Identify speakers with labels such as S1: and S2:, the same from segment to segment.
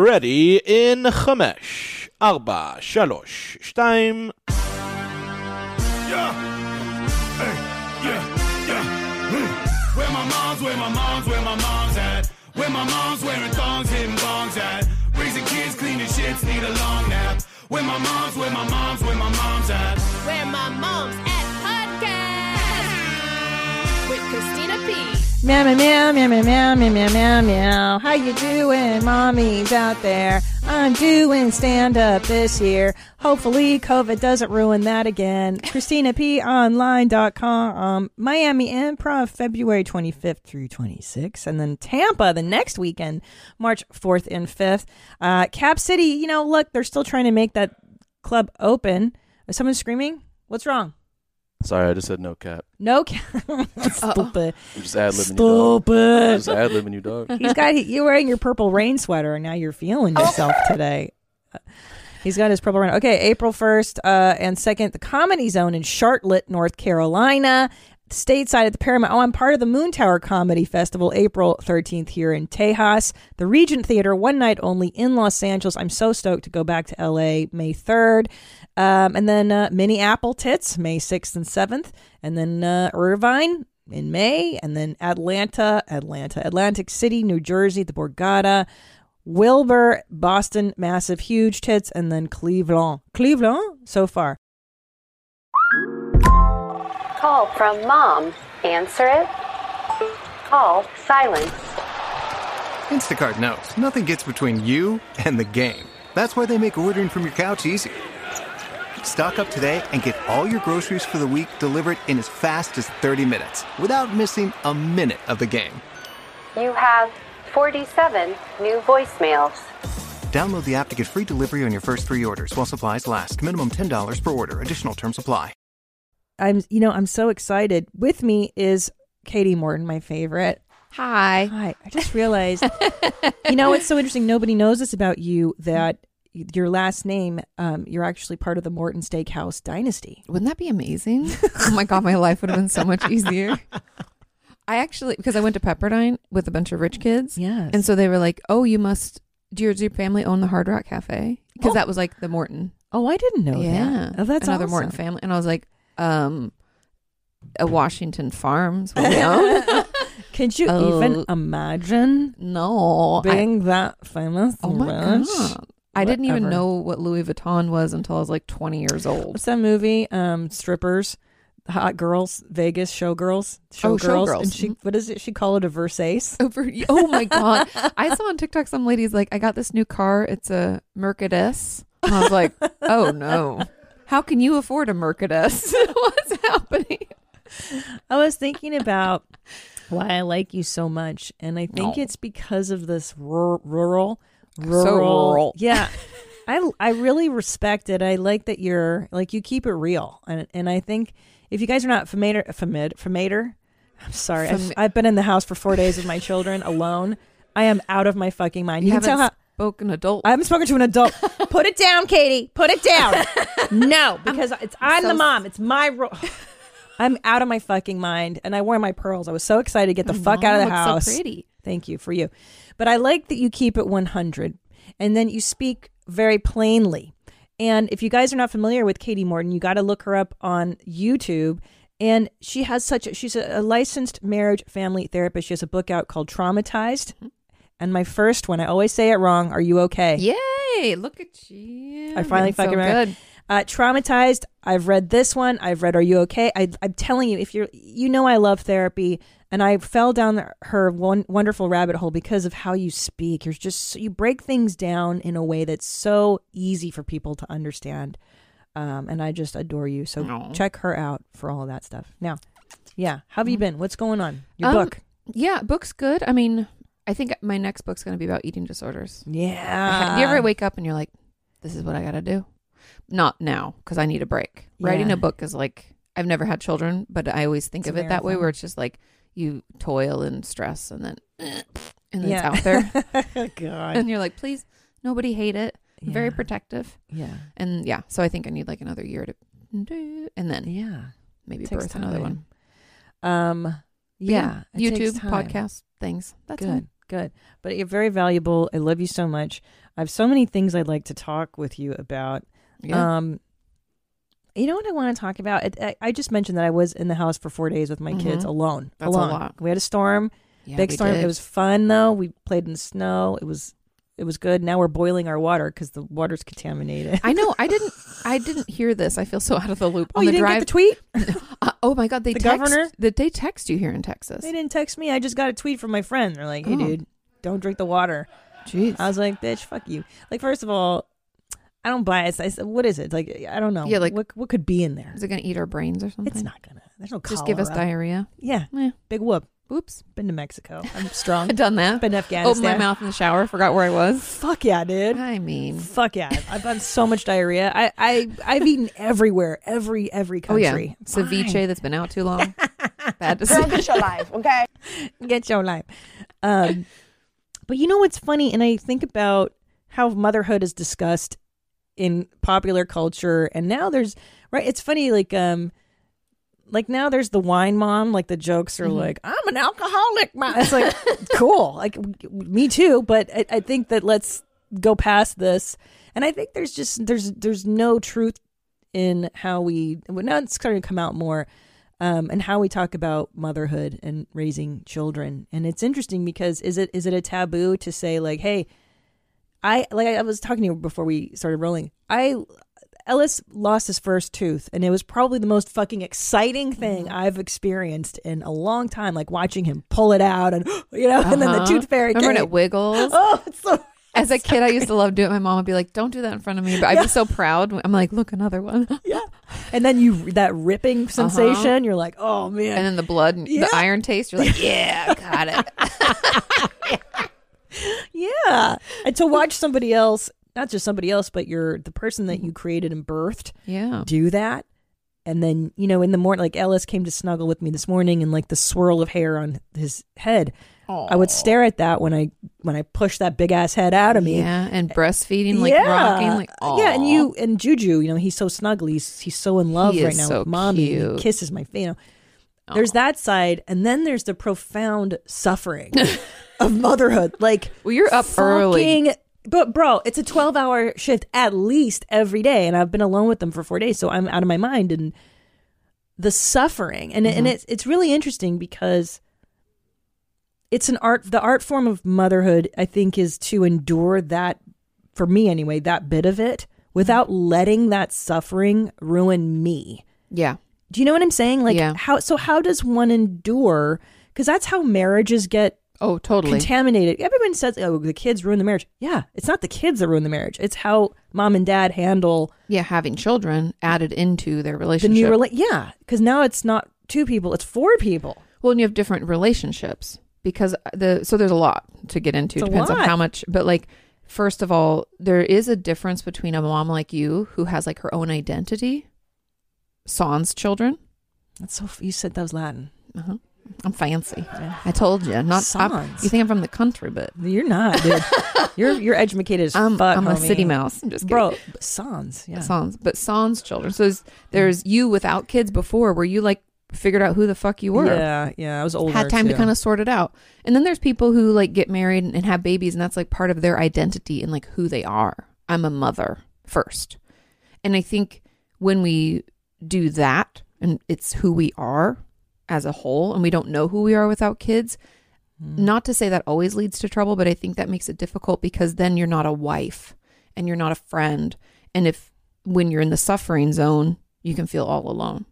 S1: ready in חמש, ארבע, שלוש, שתיים.
S2: Yeah. Hey, yeah, yeah. Hmm. Where my mom's, where my mom's, where my mom's at. Where my mom's wearing thongs, hitting bongs at. Raising kids, cleaning shits, need a long nap. Where my mom's, where my mom's, where my mom's at.
S3: Where My Mom's at Podcast with Christina P.
S4: Meow meow meow meow meow meow meow meow meow meow. How you doing, mommies out there? I'm doing stand up this year. Hopefully, COVID doesn't ruin that again. ChristinaPOnline.com. Um, Miami Improv February 25th through 26th, and then Tampa the next weekend, March 4th and 5th. Uh, Cap City. You know, look, they're still trying to make that club open. Is someone screaming? What's wrong?
S5: Sorry, I just said no cap.
S4: No, Cap- stupid,
S5: I'm just ad libbing you, dog.
S4: stupid.
S5: I'm just ad libbing you, dog.
S4: He's got you're wearing your purple rain sweater and now you're feeling yourself today. He's got his purple rain. Okay, April 1st uh, and 2nd, the Comedy Zone in Charlotte, North Carolina. Stateside at the Paramount. Oh, I'm part of the Moon Tower Comedy Festival, April 13th here in Tejas. The Regent Theater, one night only in Los Angeles. I'm so stoked to go back to LA May 3rd. Um, and then uh, Mini Apple Tits, May 6th and 7th. And then uh, Irvine, in May, and then Atlanta, Atlanta, Atlantic City, New Jersey, the Borgata, Wilbur, Boston, massive, huge tits, and then Cleveland. Cleveland so far.
S6: Call from mom. Answer it. Call silenced.
S7: Instacart knows nothing gets between you and the game. That's why they make ordering from your couch easy. Stock up today and get all your groceries for the week delivered in as fast as 30 minutes without missing a minute of the game.
S6: You have 47 new voicemails.
S7: Download the app to get free delivery on your first three orders while supplies last. Minimum $10 per order. Additional term supply.
S4: I'm, you know, I'm so excited. With me is Katie Morton, my favorite.
S8: Hi.
S4: Hi, I just realized. you know, it's so interesting. Nobody knows this about you that your last name, um, you're actually part of the Morton Steakhouse dynasty.
S8: Wouldn't that be amazing? oh my God, my life would have been so much easier. I actually, because I went to Pepperdine with a bunch of rich kids.
S4: Yes.
S8: And so they were like, oh, you must, do your, does your family own the Hard Rock Cafe? Because that was like the Morton.
S4: Oh, I didn't know
S8: yeah.
S4: that. Oh, that's
S8: another
S4: awesome.
S8: Morton family. And I was like, um, a Washington Farms. What we own?
S4: Could you
S8: Oh.
S4: even imagine
S8: no. I-
S4: being that famous?
S8: oh my
S4: and rich?
S8: God. I didn't even
S4: Whatever.
S8: know what Louis Vuitton was until I was like 20 years old.
S4: What's that movie? Um, strippers, hot girls, Vegas showgirls,
S8: Oh,
S4: showgirls,
S8: Showgirls.
S4: and she what is it? She called it a Versace.
S8: over oh my god i saw on tiktok some ladies like i got this new car it's a mercedes and i was like oh no how can you afford a mercedes what's happening
S4: I was thinking about why I like you so much, and I think
S8: No.
S4: it's because of this rur- rural, rural,
S8: rural.
S4: yeah. I I really respect it. I like that you're like you keep it real, and and I think if you guys are not familiar, famid, familiar, I'm sorry, I've,
S8: Fami-
S4: I've been in the house for four days with my children alone. I am out of my fucking mind. You,
S8: you
S4: can tell
S8: haven't
S4: how.
S8: spoken adult
S4: I haven't spoken to an adult. Put it down, Katie. Put it down. no, because it's I'm
S8: so
S4: the mom. It's my role. I'm out of my fucking mind, and I wore my pearls. I was so excited to get the fuck out of the
S8: mom looks
S4: house.
S8: so pretty.
S4: Thank you for you, but I like that you keep it 100, and then you speak very plainly. And if you guys are not familiar with Katie Morton, you got to look her up on YouTube. And she has such a, she's a, a licensed marriage family therapist. She has a book out called Traumatized.
S8: Mm-hmm.
S4: And my first one, I always say it wrong. Are you okay?
S8: yay look at you
S4: I finally
S8: You're so
S4: fucking married.
S8: good
S4: Uh, traumatized. I've read this one. I've read Are You Okay? I, I'm telling you, if you're, you know, I love therapy, and I fell down her one wonderful rabbit hole because of how you speak. You're just you break things down in a way that's so easy for people to understand, um, and I just adore you. So
S8: Aw.
S4: check her out for all of that stuff. Now, yeah, how have you been? What's going on? Your
S8: Mm-hmm. Um,
S4: book?
S8: yeah book's good i mean i think my next book's going to be about eating disorders
S4: Yeah.
S8: Uh-huh. do you ever wake up and you're like this is what i gotta do not now because i need a break writing
S4: Yeah.
S8: a book is like i've never had children but i always think
S4: It's
S8: of
S4: a
S8: it that way
S4: marathon.
S8: where it's just like you toil and stress and then and then
S4: Yeah.
S8: it's out there
S4: God.
S8: and you're like please nobody hate it I'm very
S4: Yeah.
S8: protective
S4: Yeah.
S8: and yeah so i think i need like another year to do and then
S4: Yeah.
S8: maybe
S4: Takes
S8: birth another
S4: time.
S8: one
S4: Um.
S8: But
S4: Yeah. it takes
S8: youtube
S4: time.
S8: podcast things that's
S4: good.
S8: good
S4: Good. But you're very valuable. I love you so much. I have so many things I'd like to talk with you about.
S8: Yeah.
S4: Um, you know what I want to talk about? It, I, I just mentioned that I was in the house for four days with my kids alone.
S8: Mm-hmm. That's a
S4: alone.
S8: lot.
S4: We had a storm,
S8: Yeah,
S4: big
S8: we
S4: storm.
S8: did.
S4: It was fun though. We played in the snow. It was it was good. Now we're boiling our water because the water's contaminated.
S8: I know. I didn't. I didn't hear this. I feel so out of the loop.
S4: oh,
S8: on
S4: you
S8: the
S4: didn't
S8: drive.
S4: get the tweet?
S8: Uh, oh my God! They
S4: The
S8: text,
S4: governor?
S8: That they text you here in Texas.
S4: They didn't text me. I just got a tweet from my friend. They're like, "Hey,
S8: Oh.
S4: dude, don't drink the water."
S8: Jeez.
S4: I was like, bitch, fuck you. Like, first of all, I don't buy it. I said, what is it? Like, I don't know.
S8: Yeah, like-
S4: what, what could be in there?
S8: Is it going to eat our brains or something?
S4: It's not gonna. There's no. Cholera.
S8: Just give us diarrhea.
S4: Yeah,
S8: Yeah.
S4: big whoop.
S8: Oops.
S4: Been to Mexico. I'm strong.
S8: I've done that.
S4: Been to
S8: Opened
S4: Afghanistan.
S8: my mouth in the shower. Forgot where I was.
S4: Fuck yeah, dude.
S8: I mean,
S4: Fuck yeah. I've done so much diarrhea. I I I've eaten everywhere, every every
S8: oh yeah,
S4: country.
S8: ceviche
S4: Fine.
S8: that's been out too long. Bad decision.
S4: Get your life. Um, but you know what's funny, and I think about how motherhood is discussed in popular culture, and now there's right. It's funny, like um, like now there's the wine mom. Like the jokes are like, "I'm an alcoholic." Mom. It's like cool, like w- w- me too. But I, I think that let's go past this, and I think there's just there's there's no truth in how we well, now it's starting to come out more um, and how we talk about motherhood and raising children. And it's interesting because is it is it a taboo to say like, hey, I like I was talking to you before we started rolling. I Ellis lost his first tooth, and it was probably the most fucking exciting thing
S8: Mm-hmm.
S4: I've experienced in a long time. Like watching him pull it out, and you know, and then the
S8: Uh-huh.
S4: tooth fairy.
S8: Remember when
S4: came.
S8: it wiggles?
S4: Oh, it's so.
S8: As a kid, I used to love doing. it. My mom would be like, "Don't do that in front of me," but I'd be so proud. I'm like, "Look, another one."
S4: Yeah, and then you that ripping sensation. You're like, oh man,
S8: And then the blood, and
S4: Yeah.
S8: the iron taste. You're like, "Yeah, got it."
S4: Yeah. And to watch somebody else, not just somebody else, but your the person that you created and birthed
S8: Yeah.
S4: do that. And then, you know, in the morning, like Ellis came to snuggle with me this morning and like the swirl of hair on his head. I would stare at that when I when I pushed that big ass head out of me.
S8: Yeah, and breastfeeding, like rocking, like aw.
S4: yeah, and you and Juju, you know, he's so snuggly, he's, he's so in love
S8: He
S4: right
S8: is
S4: now
S8: so
S4: with mommy. and He
S8: cute.
S4: kisses my, you know, there's that side, and then there's the profound suffering of motherhood. Like,
S8: Well, you're up early.
S4: fucking- But bro, it's a 12-hour shift at least every day and I've been alone with them for 4 days, so I'm out of my mind and the suffering. And it
S8: Mm-hmm.
S4: and it's it's really interesting because it's an art the art form of motherhood I think is to endure that for me anyway, that bit of it without
S8: Mm-hmm.
S4: letting that suffering ruin me.
S8: Yeah.
S4: Do you know what I'm saying? Like
S8: Yeah.
S4: how so how does one endure cuz that's how marriages get
S8: Oh, totally.
S4: contaminated. Everyone says, "Oh, the kids ruin the marriage." Yeah, it's not the kids that ruin the marriage. It's how mom and dad handle
S8: yeah, having children added into their
S4: the
S8: relationship.
S4: new rela- Yeah, because now it's not two people; it's four people.
S8: well, and you have different relationships because the so there's a lot to get into.
S4: It's a
S8: Depends on
S4: lot.
S8: how much, but like first of all, there is a difference between a mom like you who has like her own identity, sans children.
S4: That's so. You said that was Latin.
S8: Uh-huh. I'm fancy. I told you, not I'm,
S4: Sans.
S8: you think I'm from the country, but
S4: You're not, dude. you're you're educated as
S8: I'm,
S4: fuck.
S8: Um, I'm a
S4: homie.
S8: city mouse. I'm just kidding.
S4: bro. Sans, yeah.
S8: Sans, but sans children. So there's, there's you without kids before where you like figured out who the fuck you were.
S4: Yeah, yeah. I was older.
S8: Had time to
S4: too.
S8: kind of sort it out. And then there's people who like get married and, and have babies and that's like part of their identity and like who they are. I'm a mother first. And I think when we do that and it's who we are as a whole and we don't know who we are without kids,
S4: Mm.
S8: not to say that always leads to trouble, but I think that makes it difficult because then you're not a wife and you're not a friend. And if when you're in the suffering zone, you can feel all alone.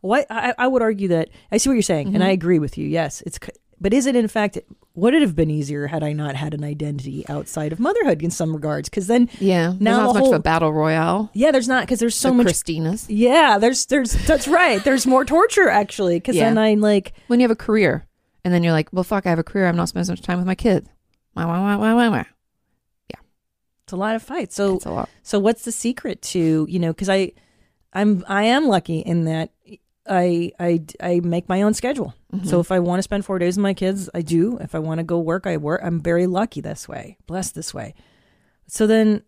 S4: What I, I would argue that I see what you're saying, and I
S8: Mm-hmm.
S4: agree with you. Yes, it's. c- But is it in fact? Would it have been easier had I not had an identity outside of motherhood in some regards? Because then,
S8: Yeah. Now
S4: Now
S8: not
S4: the
S8: as much
S4: whole-
S8: of a battle royale.
S4: yeah, there's not because there's so
S8: the
S4: much
S8: Christina's.
S4: Yeah, there's there's that's right. There's more torture actually because
S8: Yeah.
S4: then I'm like,
S8: When you have a career and then you're like, well, fuck, I have a career. I'm not spending so much time with my kid. Wah, wah, wah, wah, wah, wah.
S4: it's a lot of fights. So
S8: It's a lot.
S4: so what's the secret to you know? Because I I'm I am lucky in that I I I make my own schedule. So if I want to spend four days with my kids, I do. If I want to go work, I work. I'm very lucky this way, blessed this way. So then,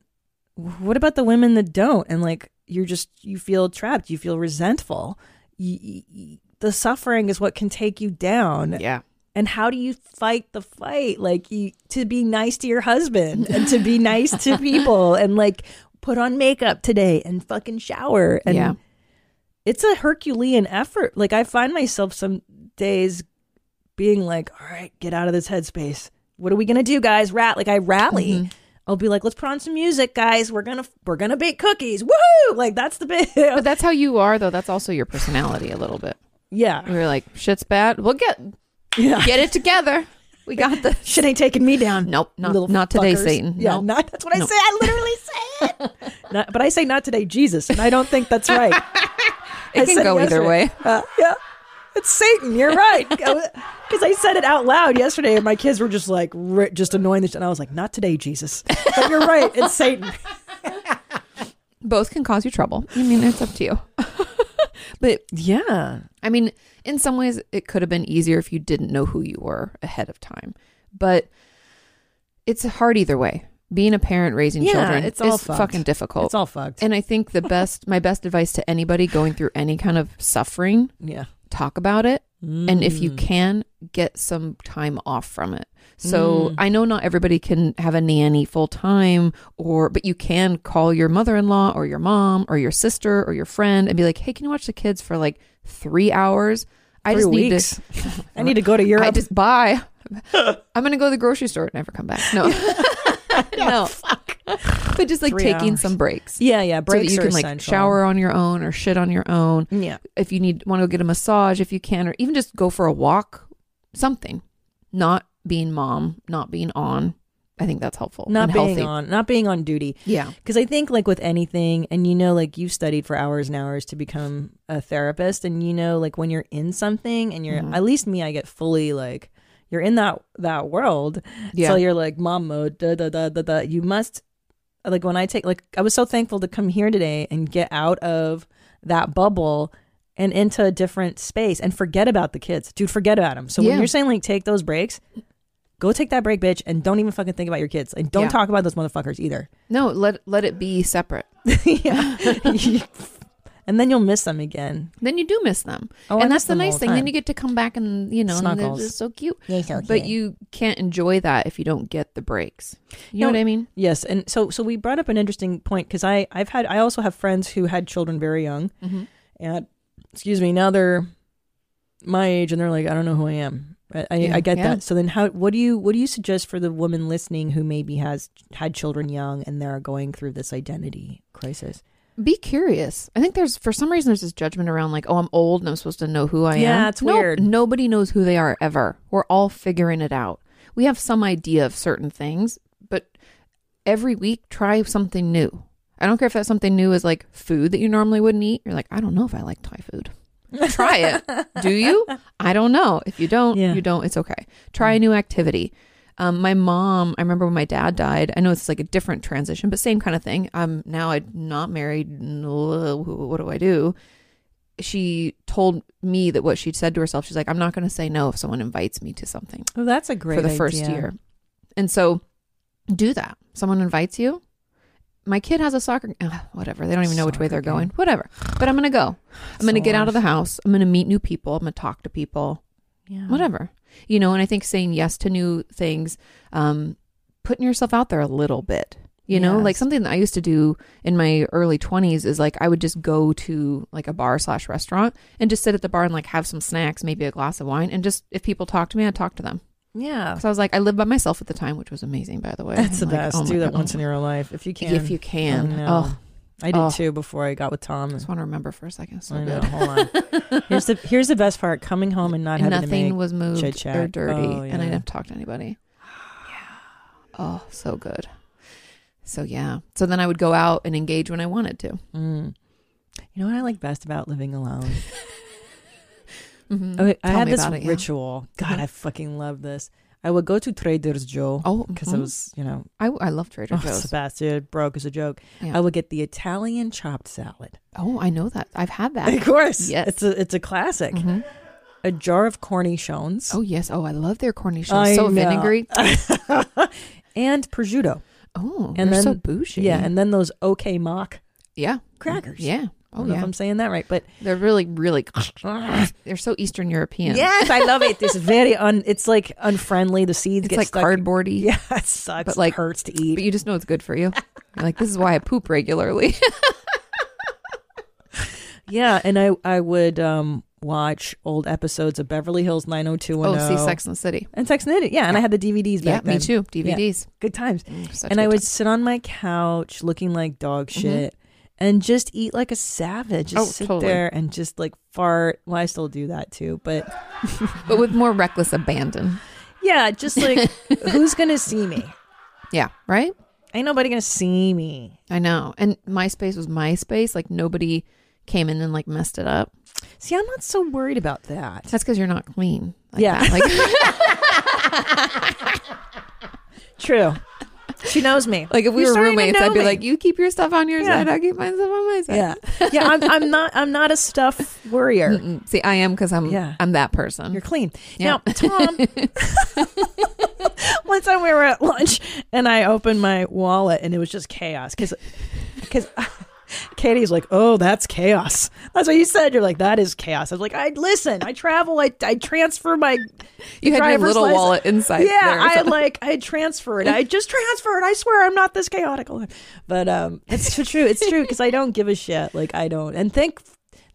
S4: what about the women that don't? And like you're just you feel trapped. You feel resentful. Y- y- y- the suffering is what can take you down.
S8: Yeah.
S4: And how do you fight the fight? Like you, to be nice to your husband and to be nice to people and like put on makeup today and fucking shower and
S8: Yeah.
S4: it's a Herculean effort. Like I find myself some days being like, "All right, get out of this headspace. What are we gonna do, guys? Rat." Like I rally. I'll be like, "Let's put on some music, guys. We're gonna we're gonna bake cookies. Woohoo!" Like that's the bit.
S8: But that's how you are, though. That's also your personality a little bit.
S4: yeah,
S8: We're like, shit's bad. We'll get
S4: yeah.
S8: get it together. We got this.
S4: Shit ain't taking me down.
S8: Nope, not-
S4: little
S8: not today,
S4: fuckers.
S8: Satan.
S4: Yeah,
S8: Nope.
S4: not, that's what I
S8: Nope.
S4: say. I literally say it. Not- but I say not today, Jesus, and I don't think that's right.
S8: It
S4: I
S8: can
S4: said
S8: go either
S4: yesterday.
S8: way.
S4: Uh, yeah. It's Satan. You're right. Because I said it out loud yesterday, and my kids were just like, ri- just annoying the shit. And I was like, not today, Jesus. But you're right. It's Satan.
S8: Both can cause you trouble. I mean, it's up to you. but
S4: Yeah.
S8: I mean, in some ways, it could have been easier if you didn't know who you were ahead of time. But it's hard either way. Being a parent raising
S4: Yeah,
S8: children
S4: it's all
S8: is
S4: fucked.
S8: fucking difficult.
S4: It's all fucked.
S8: and I think the best, my best advice to anybody going through any kind of suffering
S4: yeah.
S8: talk about it and if
S4: Mm.
S8: you can get some time off from it so
S4: Mm.
S8: i know not everybody can have a nanny full time or but you can call your mother-in-law or your mom or your sister or your friend and be like hey can you watch the kids for like three hours i
S4: Three
S8: just
S4: weeks.
S8: need to
S4: I need to go to
S8: i
S4: Europe.
S8: just buy i'm gonna go to the grocery store and never come back no no but just like
S4: Three
S8: taking
S4: hours.
S8: some breaks
S4: yeah,
S8: so
S4: yeah.
S8: that
S4: Breaks
S8: you
S4: are
S8: can like
S4: essential.
S8: shower on your own or shit on your own
S4: Yeah.
S8: if you need want to go get a massage if you can or even just go for a walk something not being mom not being on i think that's helpful
S4: Not
S8: and
S4: being
S8: healthy
S4: on, not being on duty.
S8: yeah
S4: Because I think, like with anything, and you know, like you've studied for hours and hours to become a therapist, and you know, like when you're in something, and you're
S8: Mm-hmm.
S4: at least me, I get fully like you're in that that world.
S8: Yeah.
S4: So you're like mom mode, da da da da da. You must like when I take like I was so thankful to come here today and get out of that bubble and into a different space and forget about the kids, dude. Forget about them. So when
S8: Yeah.
S4: you're saying like take those breaks. Go take that break, bitch, and don't even fucking think about your kids. And don't
S8: Yeah.
S4: talk about those motherfuckers either.
S8: no let let it be separate
S4: yeah. and then you'll miss them again.
S8: then you do miss them
S4: Oh, I
S8: and
S4: miss
S8: that's the
S4: them all
S8: nice
S4: the
S8: thing then
S4: time.
S8: you get to come back and you know and they're
S4: Snuggles.
S8: just so cute
S4: They're so
S8: but
S4: cute.
S8: you can't enjoy that if you don't get the breaks you know
S4: No,
S8: what i mean
S4: Yes, and so so we brought up an interesting point because I I've had I also have friends who had children very young, and excuse me, now they're my age and they're like I don't know who I am. I, I,
S8: Yeah.
S4: I get
S8: Yeah.
S4: that. So then how what do you what do you suggest for the woman listening who maybe has had children young and they're going through this identity crisis?
S8: be curious. I think there's for some reason there's this judgment around like, oh, I'm old and I'm supposed to know who I am.
S4: Yeah, it's
S8: No,
S4: weird.
S8: Nobody knows who they are ever. We're all figuring it out. We have some idea of certain things, but every week try something new. I don't care if that something new is like food that you normally wouldn't eat. You're like, I don't know if I like Thai food. Try it. Do you? I don't know. If you don't,
S4: Yeah.
S8: you don't. It's okay. Try
S4: Mm.
S8: a new activity. Um, my mom, I remember when my dad died. I know it's like a different transition, but same kind of thing. Um, now I'm not married. What do I do? She told me that what she'd said to herself, she's like, I'm not going to say no if someone invites me to something
S4: Oh, that's a great
S8: for the first year. And so do that. Someone invites you. My kid has a soccer ugh, whatever. They don't even know which way
S4: Soccer
S8: they're
S4: game.
S8: going. Whatever. But I'm going to go. I'm going to
S4: So
S8: get out
S4: rough.
S8: of the house. I'm going to meet new people. I'm going to talk to people.
S4: Yeah.
S8: Whatever. You know, and I think saying yes to new things, um putting yourself out there a little bit. You know, like
S4: Yes.
S8: something that I used to do in my early 20s is like I would just go to like a bar slash restaurant and just sit at the bar and like have some snacks, maybe a glass of wine. And just if people talk to me, I'd talk to them.
S4: Yeah.
S8: So I was like, I lived by myself at the time, which was amazing, by the way.
S4: That's the
S8: I'm like,
S4: best.
S8: oh my
S4: Do that
S8: God.
S4: once in your life if you can.
S8: If you can.
S4: I know.
S8: Oh,
S4: I did
S8: Oh.
S4: too before I got with Tom.
S8: I just want to remember for a second. So
S4: I know.
S8: good.
S4: Hold on. Here's the here's the best part: coming home and not
S8: And
S4: having to
S8: nothing
S4: make.
S8: was moved
S4: chit-chat.
S8: or dirty,
S4: Oh,
S8: and I
S4: yeah.
S8: didn't talk to anybody. Yeah. Oh, so good. So yeah. So then I would go out and engage when I wanted to.
S4: Mm. You know what I like best about living alone?
S8: Mhm.
S4: Okay, Mm-hmm. I
S8: Tell
S4: had
S8: me
S4: this
S8: about it, yeah. Mm-hmm.
S4: ritual. God, I fucking love this. I would go to Trader's Joe
S8: Oh,
S4: because
S8: mhm.
S4: I was, you know,
S8: I, I love Trader
S4: oh,
S8: Joe's.
S4: Sebastian broke as a joke.
S8: Yeah.
S4: I would get the Italian chopped salad.
S8: Oh, I know that. I've had
S4: Of
S8: that.
S4: course,
S8: Ah, Yes.
S4: it's a it's a classic.
S8: Mhm.
S4: A jar of cornichons
S8: Oh yes. Oh, I love their cornichons.
S4: I
S8: So
S4: know.
S8: vinegary.
S4: and prosciutto.
S8: Oh,
S4: And
S8: they're so
S4: then-
S8: bougie.
S4: Yeah, and then those OK mock
S8: yeah.
S4: crackers.
S8: Yeah.
S4: I don't know if
S8: Oh, yeah.
S4: I'm saying that right, but
S8: They're really, really. They're so Eastern European.
S4: yes, I love it. It's very un. It's like unfriendly. The seeds
S8: it's
S4: get
S8: like
S4: stuck.
S8: cardboardy.
S4: Yeah, it sucks.
S8: But,
S4: But
S8: like-
S4: like hurts to
S8: but
S4: eat.
S8: you just know it's good for you. You're like this is why I poop regularly.
S4: Yeah, and I I would um watch old episodes of Beverly Hills 90210.
S8: oh, see Sex in the City.
S4: and Sex and the City. Yeah, and I had the DVDs
S8: Yeah,
S4: back then.
S8: me too.
S4: Yeah. Mm,
S8: DVDs.
S4: Good times.
S8: such
S4: and I
S8: good
S4: would
S8: times.
S4: sit on my couch looking like dog shit and just eat like a savage. Just
S8: Oh,
S4: sit
S8: totally.
S4: there and just like fart. Well, I still do that too, but
S8: but with more reckless abandon.
S4: yeah, just like who's gonna see me?
S8: Yeah, right.
S4: Ain't nobody gonna see me.
S8: I know. And MySpace was MySpace. Like nobody came in and like messed it up.
S4: See, I'm not so worried about that.
S8: That's because you're not clean. Like
S4: Yeah.
S8: that. Like,
S4: True. She knows me.
S8: like if we
S4: You're
S8: were
S4: starting to
S8: roommates,
S4: know
S8: I'd be
S4: me.
S8: like, you keep your stuff on your
S4: Yeah.
S8: side. I keep my stuff on my side.
S4: yeah, yeah. I'm, I'm not. I'm not a stuff worrier.
S8: Mm, See, I am because I'm
S4: Yeah.
S8: I'm that person.
S4: You're clean.
S8: Yeah.
S4: Now, Tom, once time we were at lunch and I opened my wallet and it was just chaos because because Katie's like, oh, that's chaos. That's what you said. You're like, that is chaos. I was like, I listen. I travel. I, I transfer my.
S8: You had your
S4: driver's
S8: little
S4: license."
S8: wallet inside.
S4: Yeah,
S8: there,
S4: I
S8: so-
S4: like I transfer it. I just transfer it. I swear I'm not this chaotic. all the time. But um, it's tr- true. It's true because I don't give a shit. Like I don't. And think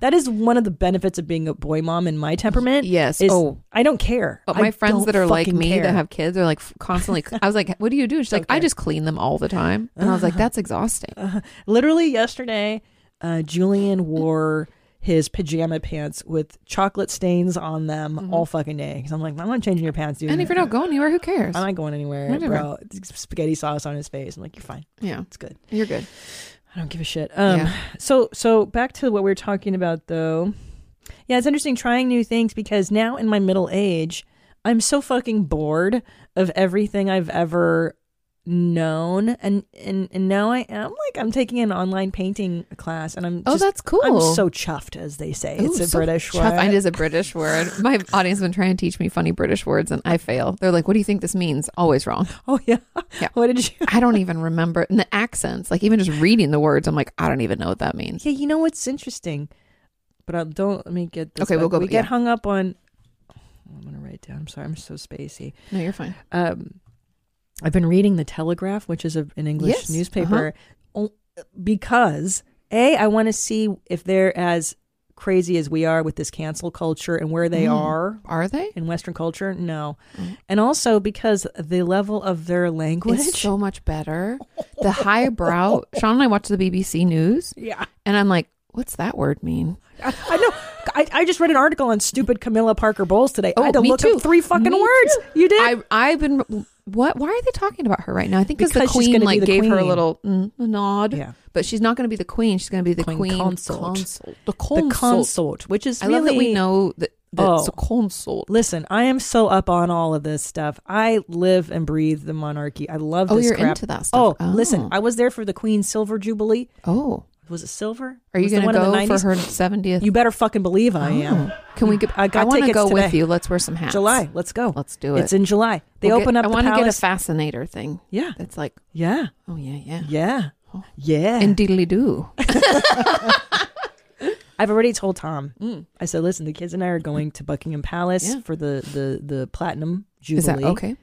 S4: that is one of the benefits of being a boy mom in my temperament.
S8: Yes.
S4: Is
S8: Oh.
S4: I don't care.
S8: But
S4: I
S8: my friends
S4: don't
S8: that are like
S4: fucking
S8: me
S4: care.
S8: that have kids are like f- constantly. I was like, "What do you do?" She's like, "I just clean them all the time," and I was like,
S4: Uh-huh.
S8: "That's exhausting."
S4: literally yesterday, uh, Julian wore. His pajama pants with chocolate stains on them all fucking day. Because I'm like, I'm not changing your pants, dude.
S8: Mm-hmm. and if you're not going anywhere, who cares?
S4: I'm not going anywhere,
S8: Whatever.
S4: bro. Spaghetti sauce on his face. I'm like, you're fine.
S8: yeah,
S4: It's good.
S8: you're good.
S4: I don't give a shit. Um,
S8: Yeah.
S4: so so back to what we were talking about though. Yeah, it's interesting trying new things because now in my middle age, I'm so fucking bored of everything I've ever known, and and, and now I am like I'm taking an online painting class, and I'm
S8: Oh,
S4: just-
S8: that's cool.
S4: I'm so chuffed, as they say. it's
S8: Ooh,
S4: a
S8: so
S4: British
S8: chuff-
S4: word.
S8: It is a British word. My audience has been trying to teach me funny British words, and I fail. They're like, "What do you think this means?" Always wrong.
S4: oh yeah.
S8: Yeah.
S4: What did you?
S8: I don't even remember. And the accents, like even just reading the words, I'm like, I don't even know what that means.
S4: Yeah, you know what's interesting, but I don't. Let me get this.
S8: Okay, we'll go-
S4: back. We get
S8: yeah.
S4: hung up on. oh, I'm gonna write down. I'm sorry. I'm so spacey.
S8: No, you're fine.
S4: um, I've been reading the Telegraph, which is a, an English
S8: Yes, uh-huh.
S4: newspaper, o- because a I want to see if they're as crazy as we are with this cancel culture and where
S8: Mm.
S4: they are
S8: Are they?
S4: in Western culture. No, and also because the level of their language.
S8: Mm. It's so much better. The highbrow. Sean and I watch the BBC News,
S4: yeah,
S8: and I'm like, "What's that word mean?"
S4: I, I know. I, I just read an article on stupid Camilla Parker Bowles today.
S8: Oh,
S4: I had to
S8: me
S4: look
S8: too.
S4: up three fucking
S8: Me
S4: words.
S8: too.
S4: You did.
S8: I I've been what? Why are they talking about her right now? I think because the
S4: Because she's
S8: queen
S4: gonna
S8: like
S4: be the
S8: gave her a
S4: queen.
S8: little mm, a nod.
S4: Yeah.
S8: but she's not going to be the queen. She's going to be the queen,
S4: Queen consort.
S8: consort. The
S4: the
S8: consort.
S4: consort, which is
S8: I love that we
S4: really-
S8: know that, that
S4: Oh.
S8: it's a consort.
S4: Listen, I am so up on all of this stuff. I live and breathe the monarchy. I love
S8: Oh,
S4: this
S8: you're
S4: crap.
S8: into that stuff.
S4: Oh,
S8: Oh.
S4: listen, I was there for the Queen's Silver Jubilee.
S8: Oh,
S4: Was it silver?
S8: are you
S4: Was
S8: going
S4: the
S8: to
S4: one in the
S8: go for
S4: 90s?
S8: her Oh, seventieth?
S4: You better fucking believe I am.
S8: Can we? Get,
S4: I
S8: I,
S4: got
S8: want to
S4: tickets
S8: go with
S4: today.
S8: you. Let's wear some hats.
S4: July, let's go.
S8: Let's do
S4: It's
S8: it.
S4: in July. They
S8: We'll get-
S4: open up
S8: I
S4: the
S8: want to get a
S4: palace.
S8: fascinator thing.
S4: Yeah.
S8: that's like
S4: yeah,
S8: oh yeah yeah
S4: yeah, yeah.
S8: Oh. and diddly do.
S4: I've already told Tom. I said, listen, the kids and I are going to Buckingham Palace
S8: Mm. Yeah.
S4: for the the the platinum jubilee.
S8: Is that okay?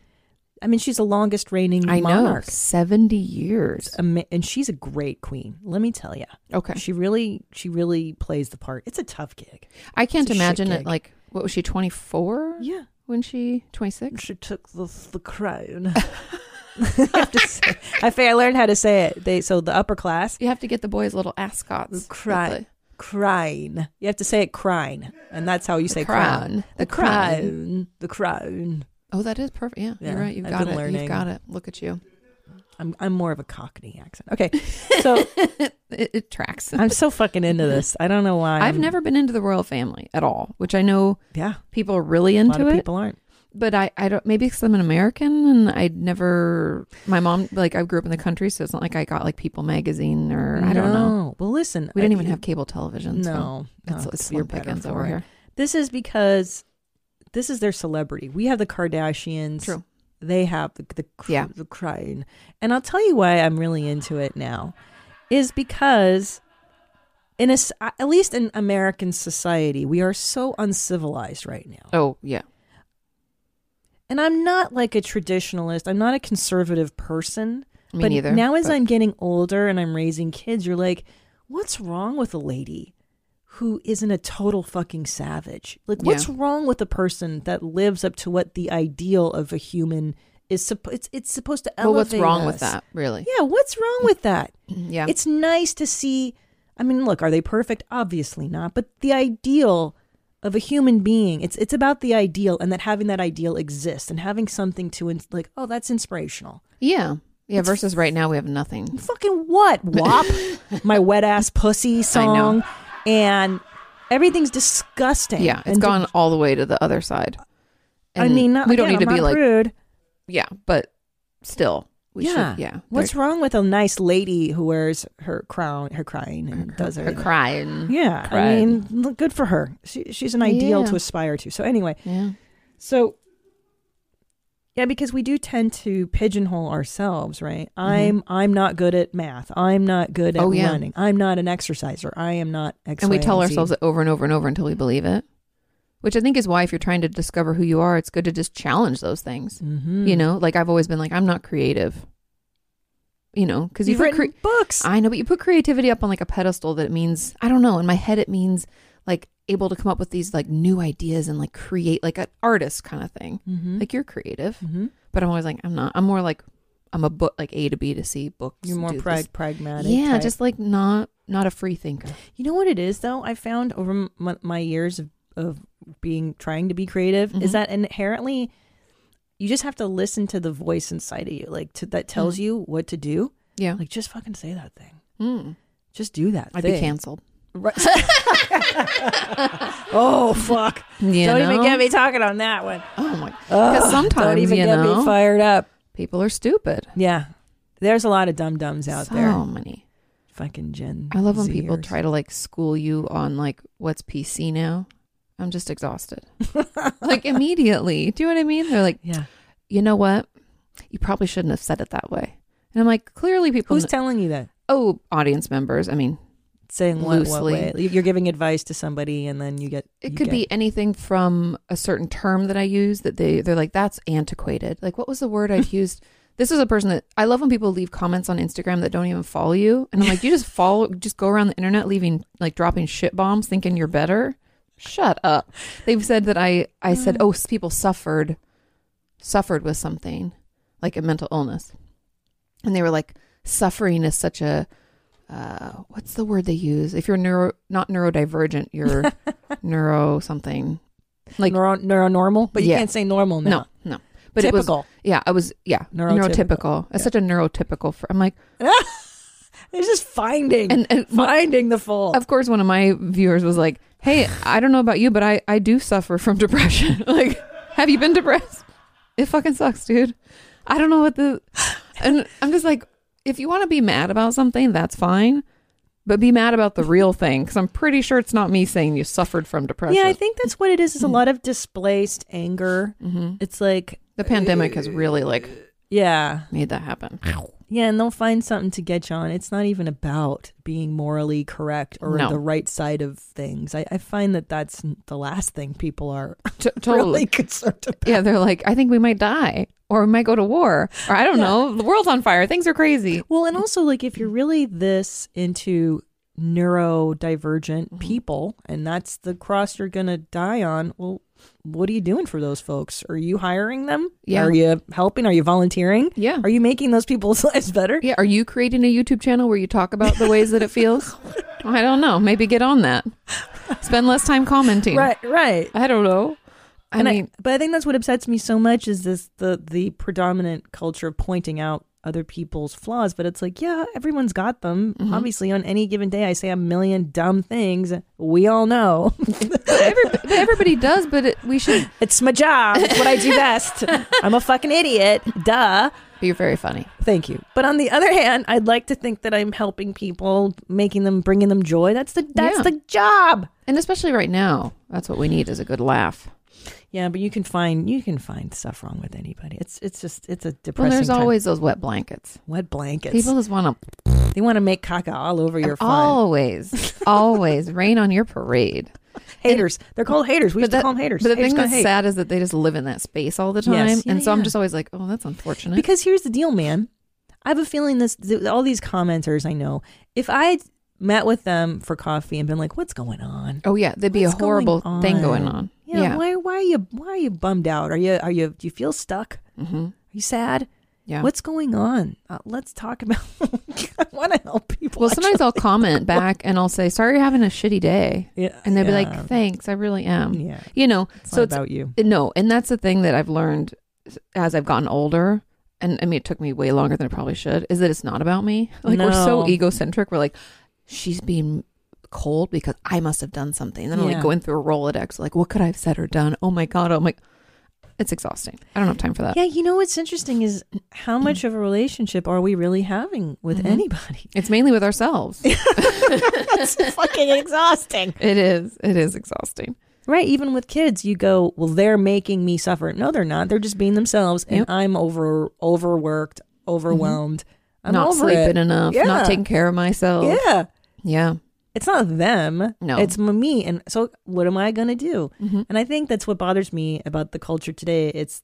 S4: I mean, she's the longest reigning
S8: I know
S4: monarch.
S8: seventy years.
S4: Ama- and she's a great queen. Let me tell you.
S8: Okay,
S4: She really, she really plays the part. It's a tough gig.
S8: I can't
S4: It's a shit
S8: imagine it.
S4: gig.
S8: Like, what was she? Twenty four?
S4: Yeah.
S8: when she twenty six.
S4: She took the the crown. I, have to say, I think I learned how to say it. They so the upper class
S8: You have to get the boys little ascots.
S4: crown crown. You have to say it crown, and that's how you say
S8: crown.
S4: crown.
S8: The
S4: The
S8: crown.
S4: crown. The crown.
S8: Oh, that is perfect. Yeah,
S4: Yeah,
S8: you're right. You've
S4: I've
S8: got
S4: been
S8: it. You've
S4: learning.
S8: got it. Look at you.
S4: I'm I'm more of a Cockney accent. Okay, so
S8: It, it tracks.
S4: I'm so fucking into this. I don't know why.
S8: I've
S4: I'm-
S8: never been into the royal family at all, which I know
S4: Yeah,
S8: people are really
S4: a
S8: into
S4: lot of
S8: it.
S4: people aren't.
S8: but I, I don't maybe because I'm an American and I'd never my mom like I grew up in the country so it's not like I got like People magazine or I don't know
S4: No. Well, listen,
S8: we didn't
S4: I- e
S8: even have cable television so
S4: No,
S8: it's,
S4: no,
S8: it's
S4: you're
S8: slim
S4: better
S8: pickings
S4: for
S8: over
S4: it.
S8: here
S4: This is because this is their celebrity. We have the Kardashians.
S8: True.
S4: They have the the, cr-
S8: Yeah.
S4: the crown. And I'll tell you why I'm really into it now is because in a s- at least in American society, we are so uncivilized right now.
S8: Oh yeah.
S4: And I'm not like a traditionalist. I'm not a conservative person.
S8: Me
S4: but
S8: neither,
S4: Now, as
S8: but-
S4: I'm getting older and I'm raising kids, you're like, what's wrong with a lady who isn't a total fucking savage? Like,
S8: Yeah.
S4: what's wrong with a person that lives up to what the ideal of a human is? Supp- it's it's supposed to
S8: Well,
S4: elevate.
S8: what's wrong with
S4: us.
S8: that? Really? Mm-hmm.
S4: Yeah, what's wrong with that?
S8: Yeah.
S4: It's nice to see. I mean, look, are they perfect? Obviously not. But the ideal of a human being, it's it's about the ideal and that having that ideal exists and having something to ins- like, oh, that's inspirational.
S8: yeah. Yeah. Versus right now, we have nothing.
S4: Fucking what? Wop, my wet ass pussy song, and everything's disgusting.
S8: Yeah. It's
S4: and
S8: gone all the way to the other side.
S4: I
S8: And
S4: mean, not,
S8: we don't
S4: again,
S8: need to
S4: I'm
S8: be
S4: not
S8: like
S4: rude.
S8: yeah, but still, we
S4: yeah,
S8: should. Yeah.
S4: What's
S8: They're-
S4: wrong with a nice lady who wears her crown, her crying, and does
S8: they're
S4: everything?
S8: crying.
S4: Yeah, I
S8: Crying.
S4: mean, look, good for her. She, she's an ideal
S8: Yeah.
S4: to aspire to. So anyway,
S8: Yeah.
S4: so yeah, because we do tend to pigeonhole ourselves, right? I'm I'm not good at math. I'm not good at
S8: Mm-hmm. Oh, yeah.
S4: running. I'm not an exerciser. I am not. X,
S8: and we
S4: Y,
S8: tell
S4: and Z.
S8: ourselves it over and over and over until we believe it which i think is why if you're trying to discover who you are it's good to just challenge those things
S4: Mm-hmm.
S8: you
S4: Mm.
S8: know like i've always been like i'm not creative you know because
S4: you've written books.
S8: i know but you put creativity up on like a pedestal that it means i don't know in my head it means like able to come up with these like new ideas and like create like an artist kind of thing
S4: Mm-hmm.
S8: like you're creative but i'm always like i'm not i'm more like i'm a book like a to b to c books
S4: You're more
S8: do this.
S4: prag- pragmatic.
S8: yeah
S4: type.
S8: just like not not a free thinker
S4: You know what it is though? I found over m- my, my years of, of being trying to be creative
S8: Mm-hmm.
S4: is that inherently you just have to listen to the voice inside of you, like to, that tells you what to do.
S8: Mm. yeah
S4: Like just fucking say that thing.
S8: Mm.
S4: Just do that.
S8: I'd
S4: thing.
S8: be canceled.
S4: Right. oh fuck!
S8: You
S4: Don't even
S8: know?
S4: get me talking on that one.
S8: Oh my! Because sometimes
S4: Don't even
S8: you
S4: get
S8: know
S4: me fired up.
S8: people are stupid.
S4: Yeah, there's a lot of dum dums out
S8: so
S4: there.
S8: many.
S4: Fucking Gen.
S8: I love when people
S4: Zers.
S8: try to like school you on like what's PC now. I'm just exhausted. like immediately. Do you know what I mean? They're like,
S4: Yeah.
S8: you know what? You probably shouldn't have said it that way. And I'm like, clearly people.
S4: Who's telling you that?
S8: oh, audience members. I mean,
S4: Saying what, what
S8: Loosely.
S4: way? You're giving advice to somebody, and then you get.
S8: it
S4: you
S8: could
S4: get-
S8: be anything from a certain term that I use that they they're like that's antiquated. Like what was the word I've used? This is a person that I love when people leave comments on Instagram that don't even follow you, and I'm like, you just follow, just go around the internet leaving like dropping shit bombs, thinking you're better. Shut up. They've said that I I
S4: Mm.
S8: said oh s- people suffered suffered with something like a mental illness, and they were like suffering is such a uh, what's the word they use? If you're neuro not neurodivergent, you're neuro something. Like
S4: Neuro, neuronormal, but you
S8: Yeah.
S4: can't say normal now.
S8: no, no. But it was
S4: Typical.
S8: yeah, I was yeah,
S4: Neurotypical.
S8: neurotypical. It's such a neurotypical. Fr- I'm like,
S4: It's just finding
S8: And- and-
S4: finding the fault.
S8: of course, one of my viewers was like, "Hey, I don't know about you, but I I do suffer from depression. like, have you been depressed? It fucking sucks, dude. I don't know what the." And I'm just like, if you want to be mad about something, that's fine. But be mad about the real thing, because I'm pretty sure it's not me saying you suffered from depression.
S4: Yeah, I think that's what it is. Is a lot of displaced anger. It's like,
S8: Mm-hmm. the pandemic has really like
S4: yeah,
S8: made that happen.
S4: Yeah, and they'll find something to get you on. It's not even about being morally correct or
S8: No.
S4: the right side of things. I, I find that that's n- the last thing people are
S8: T- totally.
S4: really concerned about.
S8: Yeah, they're like, I think we might die, or we might go to war, or I don't know, the world's on fire, things are crazy.
S4: Well, and also, like, if you're really this into neurodivergent
S8: Mm-hmm.
S4: people and that's the cross you're going to die on, well, what are you doing for those folks? Are you hiring them?
S8: Yeah.
S4: Are you helping? Are you volunteering?
S8: Yeah.
S4: Are you making those people's lives better?
S8: Yeah, are you creating a YouTube channel where you talk about the ways that it feels? I don't know. Maybe get on that. Spend less time commenting.
S4: Right, right.
S8: I don't know. I
S4: and
S8: mean,
S4: I, but I think that's what upsets me so much is this the the predominant culture of pointing out other people's flaws. But it's like, yeah, everyone's got them.
S8: Mm-hmm.
S4: Obviously, on any given day, I say a million dumb things. We all know
S8: but everybody does, but it, we should.
S4: it's my job. It's what I do best. I'm a fucking idiot. Duh.
S8: You're very funny.
S4: Thank you. But on the other hand, I'd like to think that I'm helping people, making them, bringing them joy. That's the that's
S8: Yeah.
S4: the job.
S8: And especially right now, that's what we need is a good laugh.
S4: Yeah, but you can find you can find stuff wrong with anybody. It's it's just it's a depressing.
S8: Well, there's
S4: time.
S8: always those wet blankets.
S4: wet blankets.
S8: People just want to
S4: They want to make caca all over your phone.
S8: Always, always rain on your parade.
S4: haters. They're called haters. We used to call them haters.
S8: But the
S4: Haters
S8: thing
S4: gonna
S8: that's
S4: hate.
S8: sad is that they just live in that space all the time.
S4: Yes.
S8: and
S4: Yeah,
S8: so I'm
S4: yeah.
S8: just always like, oh, that's unfortunate.
S4: Because here's the deal, man. I have a feeling this th- all these commenters I know. If I met with them for coffee and been like, "What's going on?"
S8: oh, yeah, there'd be a
S4: What's going
S8: horrible thing
S4: on?
S8: going on.
S4: Yeah, Why? Why are you? Why are you bummed out? Are you? Are you? Do you feel stuck?
S8: Mhm.
S4: Are you sad?
S8: Yeah.
S4: What's going on? Uh, let's talk about. I want to help people.
S8: well, sometimes I'll
S4: actually.
S8: comment back and I'll say, sorry, you're having a shitty day.
S4: Yeah,
S8: And they'll be
S4: yeah.
S8: like, thanks, I really am.
S4: Yeah.
S8: You know, so
S4: not
S8: it's
S4: about you.
S8: No. And that's the thing that I've learned as I've gotten older. And I mean, it took me way longer than it probably should is that it's not about me. Like, we're so
S4: No.
S8: egocentric. We're like, she's being cold because I must have done something. And then I'm
S4: Yeah.
S8: like going through a Rolodex, like, what could I have said or done? Oh my God. I'm like, it's exhausting. I don't have time for that.
S4: Yeah, you know what's interesting is
S8: Mm-hmm.
S4: how much of a relationship are we really having with anybody?
S8: It's mainly with ourselves. it
S4: It's fucking exhausting.
S8: is. It is exhausting.
S4: Right, even with kids, you go, well, they're making me suffer. No, they're not. They're just being themselves, and
S8: Yep. Mm-hmm.
S4: I'm over overworked, overwhelmed. I'm
S8: not
S4: over
S8: sleeping
S4: it.
S8: enough,
S4: Yeah.
S8: not taking care of myself.
S4: Yeah,
S8: Yeah.
S4: it's not them.
S8: No.
S4: it's m- me. And so, what am I going to do?
S8: Mm-hmm.
S4: And I think that's what bothers me about the culture today. It's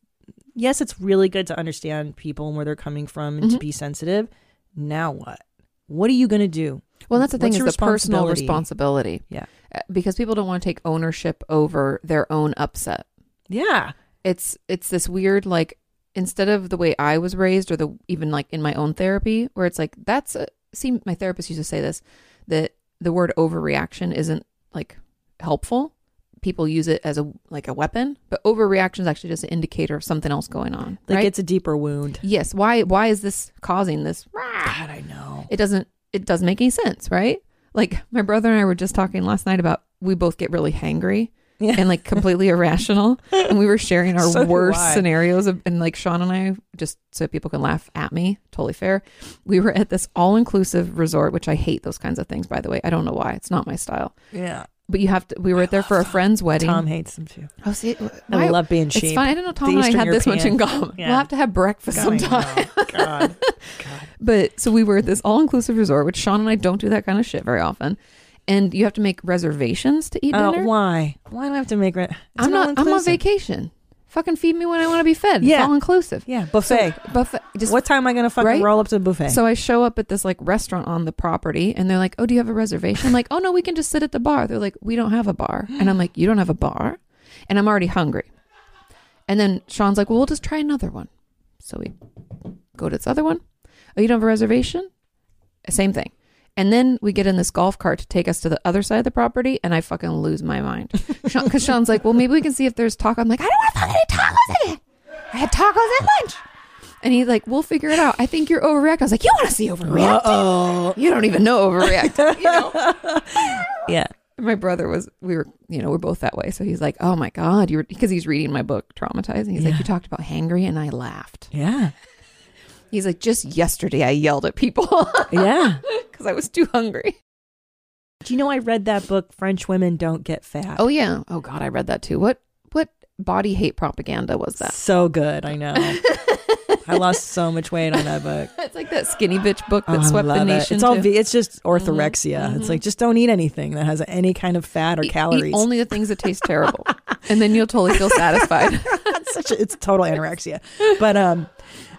S4: yes, it's really good to understand people and where they're coming from
S8: Mm-hmm.
S4: and to be sensitive. Now what? What are you going to do?
S8: Well, that's the thing
S4: What's
S8: is
S4: your
S8: the personal
S4: responsibility?
S8: responsibility.
S4: Yeah,
S8: Uh, Because people don't want to take ownership over their own upset.
S4: yeah,
S8: It's it's this weird like instead of the way I was raised or the even like in my own therapy where it's like that's a, see my therapist used to say this that the word overreaction isn't like helpful. People use it as a like a weapon, but overreaction is actually just an indicator of something else going on.
S4: like
S8: right?
S4: it's a deeper wound.
S8: yes. Why why is this causing this? Ah.
S4: God, I know.
S8: it doesn't it doesn't make any sense, right? Like my brother and I were just talking last night about we both get really hangry
S4: Yeah.
S8: and like completely irrational, and we were sharing our
S4: So do
S8: worst
S4: I.
S8: scenarios. Of, and like Sean and I, just so people can laugh at me, totally fair. We were at this all inclusive resort, which I hate those kinds of things. By the way, I don't know why it's not my style.
S4: Yeah,
S8: But you have to. We were there for a friend's wedding.
S4: Tom hates them too.
S8: oh, see,
S4: I love being
S8: It's
S4: cheap.
S8: fine. I don't know. Tom
S4: The
S8: and I
S4: Eastern
S8: had this much in
S4: European.
S8: common.
S4: Yeah.
S8: We'll have to have breakfast sometime.
S4: Oh, God.
S8: But so we were at this all inclusive resort, which Sean and I don't do that kind of shit very often. And you have to make reservations to
S4: Uh,
S8: eat dinner.
S4: why? Why do I have to make rent?
S8: I'm not. I'm on vacation. Fucking feed me when I want to be fed.
S4: Yeah.
S8: It's all inclusive.
S4: Yeah, buffet.
S8: Buffet. Just
S4: what time am I going to fucking
S8: right?
S4: roll up to the buffet?
S8: So I show up at this like restaurant on the property, and they're like, "Oh, do you have a reservation?" I'm like, "Oh no, we can just sit at the bar." They're like, "We don't have a bar," and I'm like, "You don't have a bar," and I'm already hungry. And then Sean's like, "Well, we'll just try another one." So we go to this other one. Oh, you don't have a reservation? Same thing. And then we get in this golf cart to take us to the other side of the property, and I fucking lose my mind. Because Sean's like, "Well, maybe we can see if there's taco." I'm like, "I don't want fucking any tacos in here. I had tacos at lunch." And he's like, "We'll figure it out. I think you're overreacting." I was like, "You want to see overreact? You don't even know overreact." you know?
S4: yeah.
S8: My brother was. We were, you know, we're both that way. So he's like, "Oh my god, you're," because he's reading my book, traumatizing. He's like,
S4: Yeah.
S8: "You talked about hangry," and I laughed.
S4: Yeah.
S8: He's like, "Just yesterday, I yelled at people because
S4: Yeah.
S8: I was too hungry."
S4: Do you know I read that book, French Women Don't Get Fat?
S8: Oh yeah. Oh god, I read that too. What what body hate propaganda was that?
S4: so good. I know. Oh. I lost so much weight on that book.
S8: It's like that skinny bitch book
S4: Oh,
S8: that
S4: I
S8: swept the
S4: love it.
S8: nation. Mm-hmm.
S4: It's all
S8: to-
S4: ve- it's just orthorexia. It's like just don't eat anything that has any kind of fat or
S8: E-, Eat- eat
S4: calories.
S8: only the things that taste terrible, and then you'll totally feel satisfied.
S4: it's such a, it's total anorexia. But um,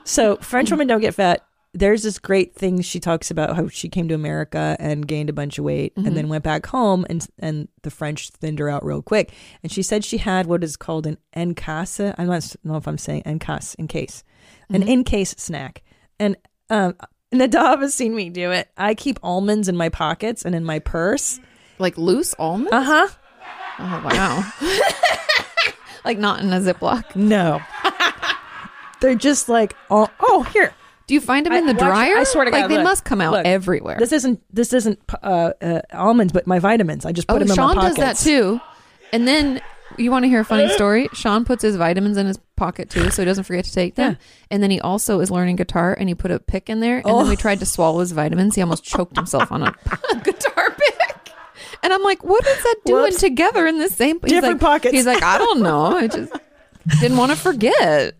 S4: so French women don't get fat. There's this great thing she talks about how she came to America and gained a bunch of weight and then went back home and and the French thinned her out real quick. And she said she had what is called an encase. I don't know if I'm saying encase, in case, an in case snack. And um, Nadav has seen me do it. I keep almonds in my pockets and in my purse.
S8: like loose almonds.
S4: Uh huh.
S8: Oh wow. like not in a Ziploc.
S4: No. They're just like, oh, oh here.
S8: Do you find them in the
S4: I- watch-
S8: dryer?
S4: I swear to
S8: like
S4: God,
S8: they
S4: look,
S8: must come out
S4: look.
S8: everywhere.
S4: This isn't this isn't uh, uh, almonds, but my vitamins. I just put
S8: oh,
S4: them in
S8: Sean
S4: my
S8: does
S4: pockets.
S8: that too. And then you want to hear a funny story? Sean puts his vitamins in his pocket too, so he doesn't forget to take them. And then he also is learning guitar, and he put a pick in there. And then we tried to swallow his vitamins. He almost choked himself on a guitar pick. And I'm like, what is that doing
S4: Whoops.
S8: together in the same he's
S4: Different
S8: like,
S4: pockets.
S8: He's like, I don't know. I just didn't want to forget.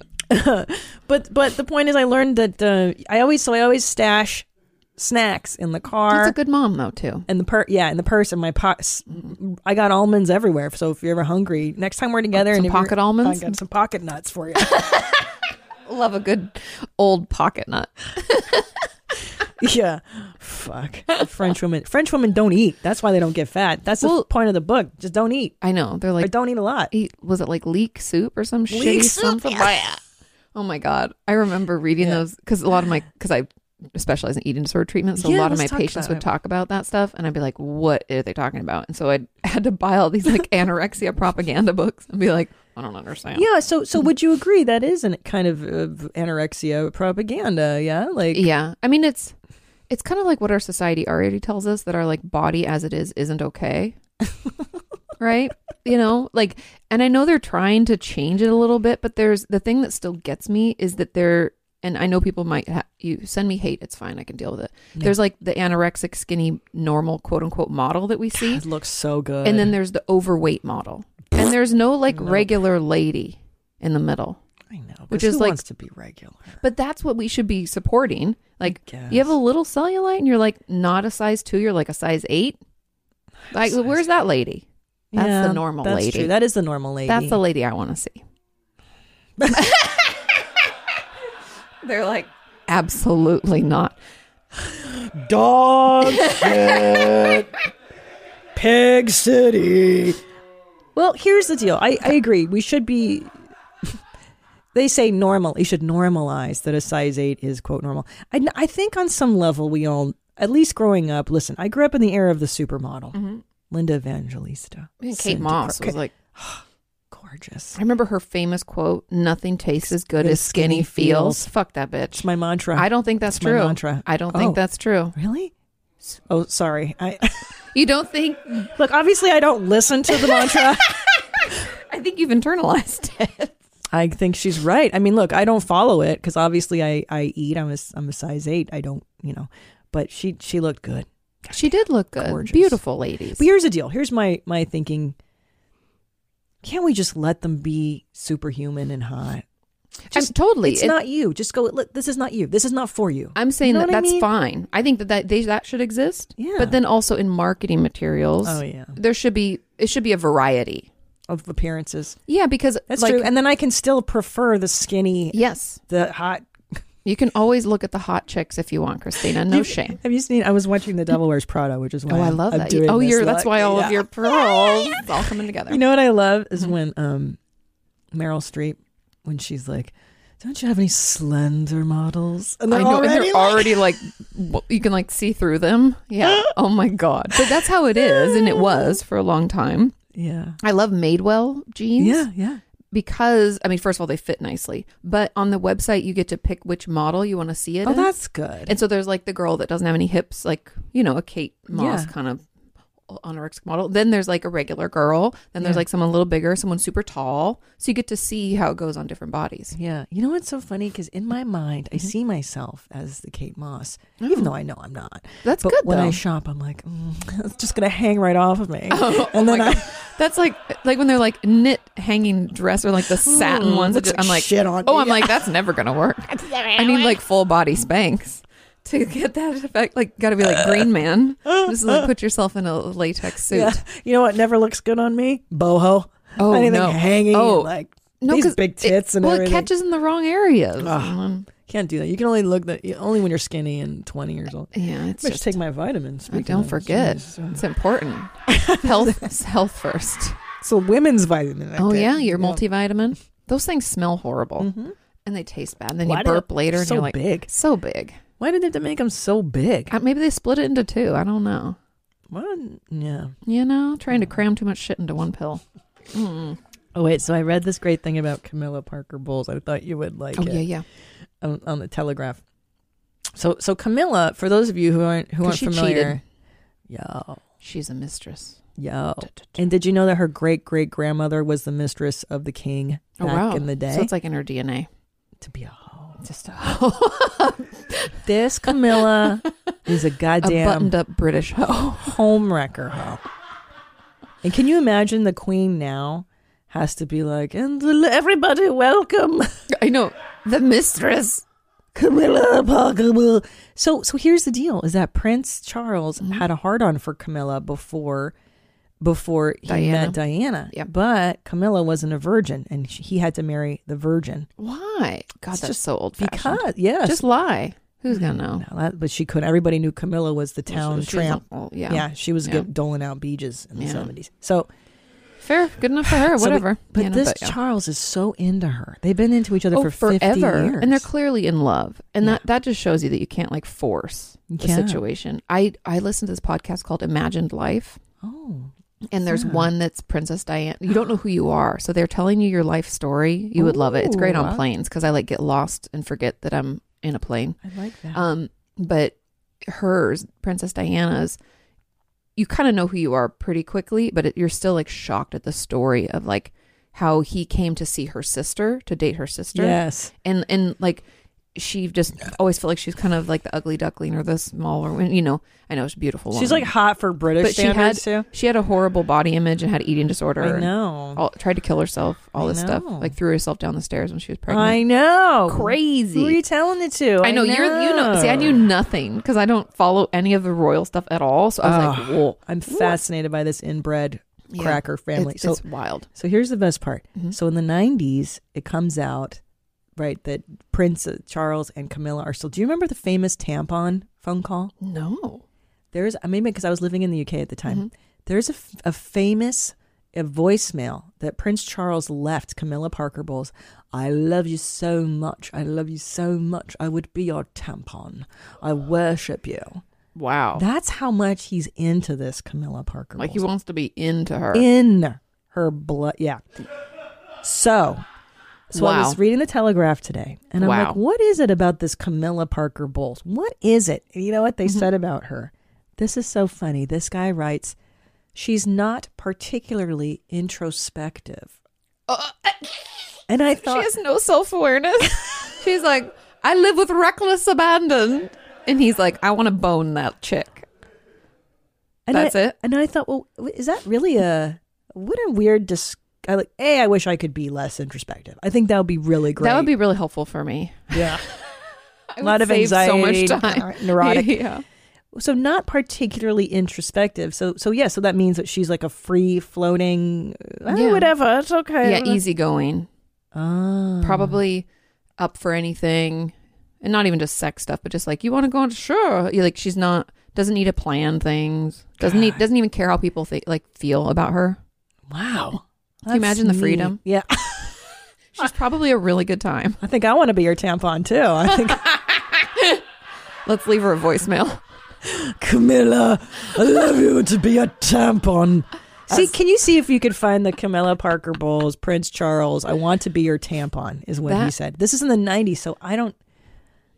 S4: But but the point is, I learned that uh, I always so I always stash snacks in the car.
S8: That's a good mom though too.
S4: and the per yeah, in the purse and my pocket. I got almonds everywhere. So if you're ever hungry, next time we're together,
S8: Oh, Some
S4: and if you're-
S8: pocket almonds?
S4: I got some pocket nuts for you.
S8: Love a good old pocket nut.
S4: yeah, fuck French women. French women don't eat. That's why they don't get fat. That's the
S8: Well-
S4: point of the book. Just don't eat.
S8: I know they're
S4: Or
S8: like
S4: don't eat a lot.
S8: eat, was it like leek soup or some
S4: Leek
S8: shitty
S4: soup,
S8: something? Oh my god, I remember reading those because a lot of my because I specialize in eating disorder treatment, so
S4: Yeah,
S8: a lot of my
S4: let's talk
S8: patients
S4: about
S8: would
S4: it.
S8: talk about that stuff, and I'd be like, "What are they talking about?" And so I had to buy all these like anorexia propaganda books and be like, "I don't understand."
S4: Yeah. So
S8: Mm.
S4: so would you agree that is a kind of uh, anorexia propaganda? Yeah. Like
S8: Yeah. I mean, it's it's kind of like what our society already tells us that our like body as it is isn't okay. right? You know, like and I know they're trying to change it a little bit, but there's the thing that still gets me is that they're and I know people might ha- you send me hate, it's fine, I can deal with it. There's like the anorexic skinny normal quote unquote model that we see.
S4: it looks so good.
S8: And then there's the overweight model. And there's no like regular lady in the middle.
S4: I know,
S8: which
S4: which is
S8: is like-
S4: wants to be regular.
S8: But that's what we should be supporting. Like
S4: guess.
S8: you have a little cellulite and you're like not a size two, you're like a size eight. Like where's that lady? That's
S4: Yeah,
S8: the normal
S4: that's
S8: lady.
S4: True. That is the normal lady.
S8: That's the lady I want to see. They're like absolutely not.
S4: dog shit. Pig City. Well, here's the deal. I, I agree. We should be. They say normal. You should normalize that a size eight is quote normal. I, I think on some level we all, at least growing up. Listen, I grew up in the era of the supermodel,
S8: Mm-hmm.
S4: Linda Evangelista,
S8: Man, Kate
S4: Cindy
S8: Moss
S4: Cro-
S8: was
S4: Ka-
S8: like
S4: gorgeous.
S8: I remember her famous quote, nothing tastes as good as skinny feels. Fuck that bitch.
S4: It's my mantra.
S8: I don't think that's
S4: It's my
S8: true.
S4: mantra.
S8: I don't
S4: Oh.
S8: think that's true.
S4: really. Oh, sorry. I
S8: You don't think
S4: look. Obviously, I don't listen to the mantra.
S8: I think you've internalized it.
S4: I think she's right. I mean, look, I don't follow it because obviously I, I eat. I'm a, s- I'm a size eight. I don't, you know, but she she looked good.
S8: She did look good.
S4: Gorgeous.
S8: Beautiful ladies.
S4: But here's the deal. Here's my my thinking. Can't we just let them be superhuman and hot? Just
S8: I'm, totally.
S4: It's
S8: It-
S4: not you. Just go. Look, this is not you. This is not for you.
S8: I'm saying
S4: You know
S8: that
S4: what I
S8: that's
S4: mean?
S8: fine. I think that that, they, that should exist.
S4: Yeah.
S8: But then also in marketing materials,
S4: Oh, yeah.
S8: there should be it should be a variety.
S4: Of appearances,
S8: Yeah, because
S4: that's
S8: like,
S4: true. And then I can still prefer the skinny,
S8: yes,
S4: the hot.
S8: you can always look at the hot chicks if you want, Christina. No
S4: You-
S8: shame.
S4: Have you seen? I was watching The Devil Wears Prada, which is why
S8: Oh, I
S4: I'm-
S8: love
S4: I'm
S8: that.
S4: doing
S8: oh,
S4: this
S8: you're. That's
S4: look.
S8: why all
S4: Yeah.
S8: of your Mm-hmm. pearls it's all coming together.
S4: You know what I love is when um, Meryl Streep, when she's like, "Don't you have any slender models?" And they're
S8: I know, and
S4: already
S8: they're already like, w- you can like see through them. Yeah. Oh my god. But that's how it is, and it was for a long time.
S4: yeah,
S8: I love Madewell jeans.
S4: yeah, yeah.
S8: because I mean, first of all, they fit nicely, but on the website you get to pick which model you want to see it.
S4: Oh,
S8: in.
S4: that's good.
S8: and so there's like the girl that doesn't have any hips, like you know, a Kate Moss
S4: Yeah.
S8: kind of anorexic model. Then there's like a regular girl. Then there's
S4: Yeah.
S8: like someone a little bigger, someone super tall. So you get to see how it goes on different bodies.
S4: yeah, you know what's so funny? Because in my mind,
S8: Mm-hmm.
S4: I see myself as the Kate Moss, even though I know I'm not.
S8: Mm. That's
S4: but
S8: good,
S4: When I
S8: though.
S4: shop, I'm like, mm, it's just gonna hang right off of me,
S8: Oh,
S4: and then I.
S8: That's like like when they're like knit hanging dress or like the satin
S4: Mm,
S8: ones. that
S4: looks
S8: just-
S4: like
S8: I'm like,
S4: shit on
S8: oh,
S4: me.
S8: I'm like that's never gonna work. I need like full body spanks to get that effect. Like, gotta be like Green Man. Just like put yourself in a latex suit.
S4: Yeah. You know what never looks good on me? Boho.
S8: Oh,
S4: Anything
S8: no.
S4: hanging
S8: Oh.
S4: and, like
S8: No,
S4: these
S8: 'cause
S4: big tits
S8: it,
S4: and
S8: well,
S4: everything.
S8: it catches in the wrong areas. Um,
S4: Can't do that. You can only look that only when you're skinny and 20 years old.
S8: yeah, it's
S4: I
S8: just.
S4: should take my vitamins.
S8: I
S4: speaking
S8: don't
S4: of-
S8: forget.
S4: Jeez.
S8: It's important. health, health first.
S4: So women's vitamin. I
S8: Oh
S4: think. Mm-hmm.
S8: yeah, your multivitamin. Those things smell horrible, and they taste bad. And then
S4: Mm. Why
S8: you
S4: do they-
S8: burp later, and
S4: so
S8: you're like,
S4: big.
S8: so big.
S4: Why did they have to make them so big?
S8: Uh, Maybe they split it into two. I don't know.
S4: Well, yeah.
S8: You know, trying to cram too much shit into one pill.
S4: Oh wait. So I read this great thing about Camilla Parker Bowles. I thought you would like
S8: Oh
S4: it
S8: yeah, yeah.
S4: On, on the Telegraph. So so Camilla, for those of you who aren't who
S8: 'Cause
S4: aren't
S8: she
S4: familiar, yo
S8: She's a mistress.
S4: yo. And did you know that her great great grandmother was the mistress of the king
S8: Oh
S4: back
S8: wow!
S4: in the day?
S8: so it's like in her DNA.
S4: to be a
S8: Just a,
S4: This Camilla is a
S8: a
S4: goddamn
S8: buttoned-up British hoe.
S4: homewrecker hoe. And can you imagine the queen now has to be like, and l- everybody welcome
S8: I know the mistress
S4: Camilla Parker. So so here's the deal: is that Prince Charles
S8: Mm-hmm.
S4: had a hard on for Camilla before before he
S8: Diana.
S4: met Diana.
S8: Yep.
S4: But Camilla wasn't a virgin, and she, he had to marry the virgin.
S8: Why? God,
S4: It's
S8: that's
S4: just
S8: so old fashioned.
S4: Because yes,
S8: Just lie. Who's gonna know?
S4: No, that- but she couldn't. Everybody knew Camilla was the town
S8: She's
S4: tramp.
S8: Oh. a- oh,
S4: yeah.
S8: yeah.
S4: she was
S8: Yeah.
S4: good, doling out beaches in the
S8: Yeah.
S4: seventies. So
S8: Fair. Good enough for her.
S4: so we-
S8: Whatever.
S4: but
S8: Yeah, no,
S4: this
S8: yeah.
S4: Charles is so into her. They've been into each other
S8: Oh,
S4: for 50 years.
S8: and they're clearly in love, and
S4: Yeah.
S8: that that just shows you that you can't like force the
S4: Yeah.
S8: situation. I I listened to this podcast called Imagined Life,
S4: oh,
S8: and there's
S4: Yeah.
S8: one that's Princess Diana. You don't know who you are, so they're telling you your life story. You would love it. It's great
S4: Ooh,
S8: on
S4: I-
S8: planes because I like get lost and forget that I'm in a plane.
S4: I like that.
S8: Um, but hers, Princess Diana's, you kind of know who you are pretty quickly, but it, you're still like shocked at the story of like how he came to see her sister to date her sister.
S4: yes.
S8: and and like she just always felt like she's kind of like the ugly duckling or the smaller, one, you know. I know she's a beautiful.
S4: She's
S8: woman.
S4: like hot for British
S8: but she had
S4: standards too.
S8: she had a horrible body image and had eating disorder.
S4: I
S8: and
S4: know.
S8: all, tried to kill herself. All
S4: I
S8: this stuff,
S4: know.
S8: like threw herself down the stairs when she was pregnant.
S4: I know.
S8: Crazy.
S4: Who are you telling it to?
S8: I know, you're you know. See, I knew nothing because I don't follow any of the royal stuff at all. So I was like,
S4: Ugh.
S8: "Whoa,
S4: I'm fascinated by this inbred
S8: Yeah.
S4: cracker family.
S8: It's,
S4: so
S8: it's wild."
S4: So here's the best part.
S8: Mm-hmm.
S4: So in the 90s, it comes out, right, that Prince uh, Charles and Camilla are still. Do you remember the famous tampon phone call?
S8: No,
S4: There's, I mean, because I was living in the UK at the time.
S8: Mm-hmm.
S4: There's a, f- a famous a voicemail that Prince Charles left Camilla Parker Bowles. I love you so much. I love you so much. I would be your tampon. I worship you.
S8: wow.
S4: That's how much he's into this Camilla Parker.
S8: Oh. like
S4: Bowles
S8: he wants to be into her.
S4: in her blood. Yeah. So, so I
S8: Wow.
S4: was reading the Telegraph today, and I'm
S8: Wow.
S4: like, what is it about this Camilla Parker Bowles? What is it? And you know what they
S8: Mm-hmm.
S4: said about her? This is so funny. This guy writes, she's not particularly introspective.
S8: Uh,
S4: and I
S8: she
S4: thought,
S8: has no self awareness. She's like, "I live with reckless abandon," and he's like, "I want to bone that chick."
S4: and
S8: that's
S4: I,
S8: it?
S4: And I thought, well, is that really a what a weird dis? I like, hey, I wish I could be less introspective. I think that would be really great.
S8: That would be really helpful for me.
S4: yeah.
S8: I
S4: Lot
S8: would
S4: of
S8: save
S4: anxiety,
S8: so much time.
S4: neurotic.
S8: yeah.
S4: so not particularly introspective. So so yeah, so that means that she's like a free floating eh,
S8: Yeah.
S4: whatever. It's okay.
S8: yeah, easygoing.
S4: Oh.
S8: probably up for anything and not even just sex stuff but just like you want to go on sure you like she's not doesn't need to plan things doesn't need doesn't even care how people think like feel about her
S4: Wow.
S8: Can you
S4: That's
S8: imagine the
S4: neat.
S8: freedom?
S4: Yeah.
S8: she's probably a really good time
S4: I think I want to be your tampon too. I think
S8: let's leave her a voicemail
S4: Camilla, I love you to be a tampon. See, can you see if you could find the Camilla Parker Bowles, Prince Charles, I want to be your tampon is what he
S8: That-
S4: said. This is in the 90s, so I don't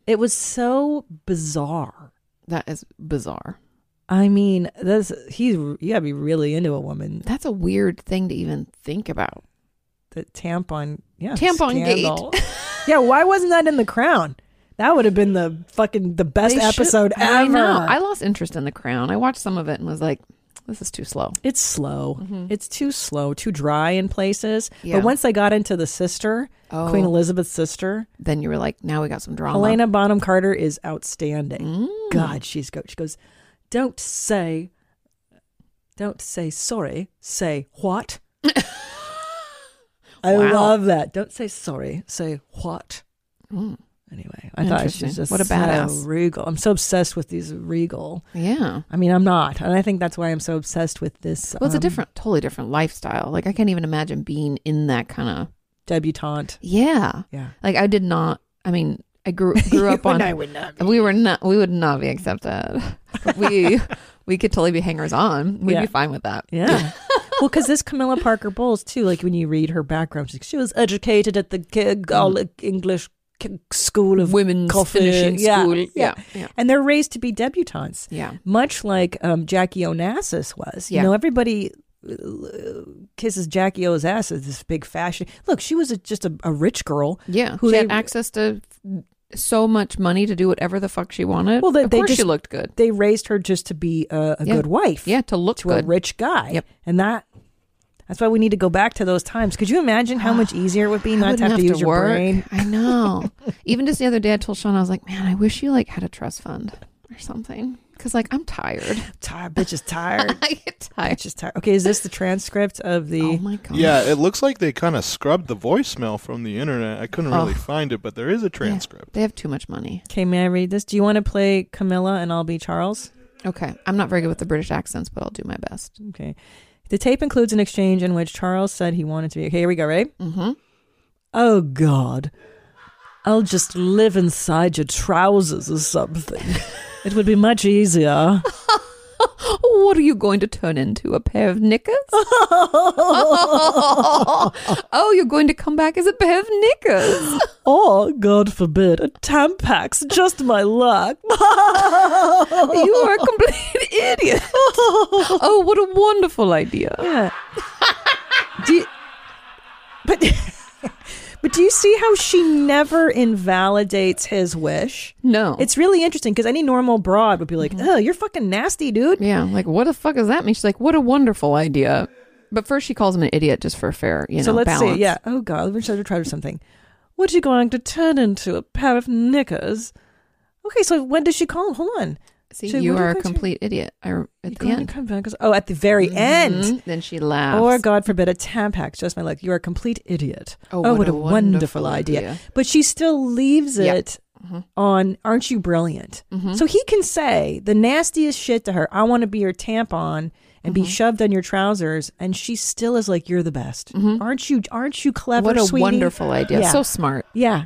S4: it was so bizarre.
S8: that is bizarre
S4: I mean, this he's you got to be really into a woman
S8: that's a weird thing to even think about
S4: the tampon yeah
S8: Tampon gate.
S4: scandal. yeah why wasn't that in the crown that would have been the fucking the best
S8: They should-
S4: episode
S8: I
S4: ever
S8: know. I lost interest in the crown i watched some of it and was like this is too slow
S4: it's slow it's too slow too dry in places
S8: Mm-hmm. Yeah.
S4: but once they got into the sister
S8: Oh.
S4: queen elizabeth's sister
S8: then you were like now we got some drama Mm.
S4: helena bonham carter is outstanding god she's go she goes don't say don't say sorry say what i
S8: Wow.
S4: love that don't say sorry say what
S8: Mm.
S4: Anyway, I thought she
S8: Interesting.
S4: was just
S8: What a badass.
S4: so regal. I'm so obsessed with these regal.
S8: yeah
S4: I mean, I'm not, and I think that's why I'm so obsessed with this.
S8: Well, it's
S4: um,
S8: a different, totally different lifestyle. Like I can't even imagine being in that kind of.
S4: debutante.
S8: Yeah.
S4: Yeah,
S8: Like I did not. I mean, I grew grew up on.
S4: I would not.
S8: we were not. We would not be accepted. we we could totally be hangers on. We'd
S4: Yeah.
S8: be fine with that.
S4: Yeah. well, because this Camilla Parker Bowles too. Like when you read her background, she's like, she was educated at the K- Gaelic English K- School of
S8: Women's
S4: Coffin.
S8: finishing
S4: yeah.
S8: school.
S4: Yeah.
S8: Yeah. Yeah.
S4: and they're raised to be debutantes.
S8: Yeah.
S4: much like um, Jackie Onassis was.
S8: Yeah.
S4: You know, everybody uh, kisses Jackie O's ass as this big fashion. Look, she was a, just a, a rich girl.
S8: Yeah.
S4: Who
S8: she
S4: they,
S8: had access to so much money to do whatever the fuck she wanted.
S4: Well, they-
S8: of
S4: they
S8: course she
S4: just-
S8: looked good.
S4: they raised her just to be a, a
S8: Yeah.
S4: good wife.
S8: Yeah, to look
S4: to a
S8: good.
S4: rich guy.
S8: Yep.
S4: And that That's why we need to go back to those times. Could you imagine how much easier it would be
S8: I
S4: not
S8: wouldn't
S4: to have, to use your brain?
S8: I know. Even just the other day, I told Sean, I was like, man, I wish you like had a trust fund or something. Cause like I'm tired.
S4: Tired, bitch is tired.
S8: I get tired.
S4: bitch is tired. Okay, is this the transcript of the?
S8: Oh my god.
S1: Yeah, it looks like they kind of scrubbed the voicemail from the internet. I couldn't really
S8: Oh.
S1: find it, but there is a transcript.
S8: They have too much money.
S4: okay, may I read this? Do you want to play Camilla and I'll be Charles?
S8: Okay. I'm not very good with the British accents, but I'll do my best.
S4: Okay. The tape includes an exchange in which Charles said he wanted to be. Okay, here we go. Ready? Mm-hmm. Oh God, I'll just live inside your trousers or something. it would be much easier.
S8: What are you going to turn into? A pair of knickers? oh, you're going to come back as a pair of knickers.
S4: Or, Oh, God forbid, a Tampax, just my luck.
S8: You are a complete idiot. Oh, what a wonderful idea.
S4: Yeah. do you, but but do you see how she never invalidates his wish?
S8: No.
S4: It's really interesting because any normal broad would be like, "Oh, you're fucking nasty, dude."
S8: Yeah, like what the fuck does that mean? She's like, what a wonderful idea. But first, she calls him an idiot just for fair, you know.
S4: so let's
S8: balance.
S4: see. Yeah. Oh God, we're trying to try something. What are you going to turn into a pair of knickers? Okay, so when does she call him? Hold on.
S8: See,
S4: So
S8: you
S4: what do
S8: are a
S4: I do?
S8: complete idiot. I, at
S4: You're
S8: the
S4: going
S8: end,
S4: to come back as- Oh, at the very end.
S8: Mhm. then she laughs.
S4: Or, God forbid, a Tampax. Just my luck. You're a complete idiot.
S8: Oh, what a wonderful idea.
S4: But she still leaves
S8: Yeah. Mm-hmm.
S4: it on, aren't you brilliant? So he can say the nastiest shit to her, I want to be your tampon and
S8: Mm-hmm.
S4: be shoved on your trousers. And she still is like, you're the best. Aren't you Aren't you clever,
S8: Mm-hmm. what a
S4: sweetie?"
S8: wonderful idea.
S4: Yeah.
S8: So smart.
S4: yeah.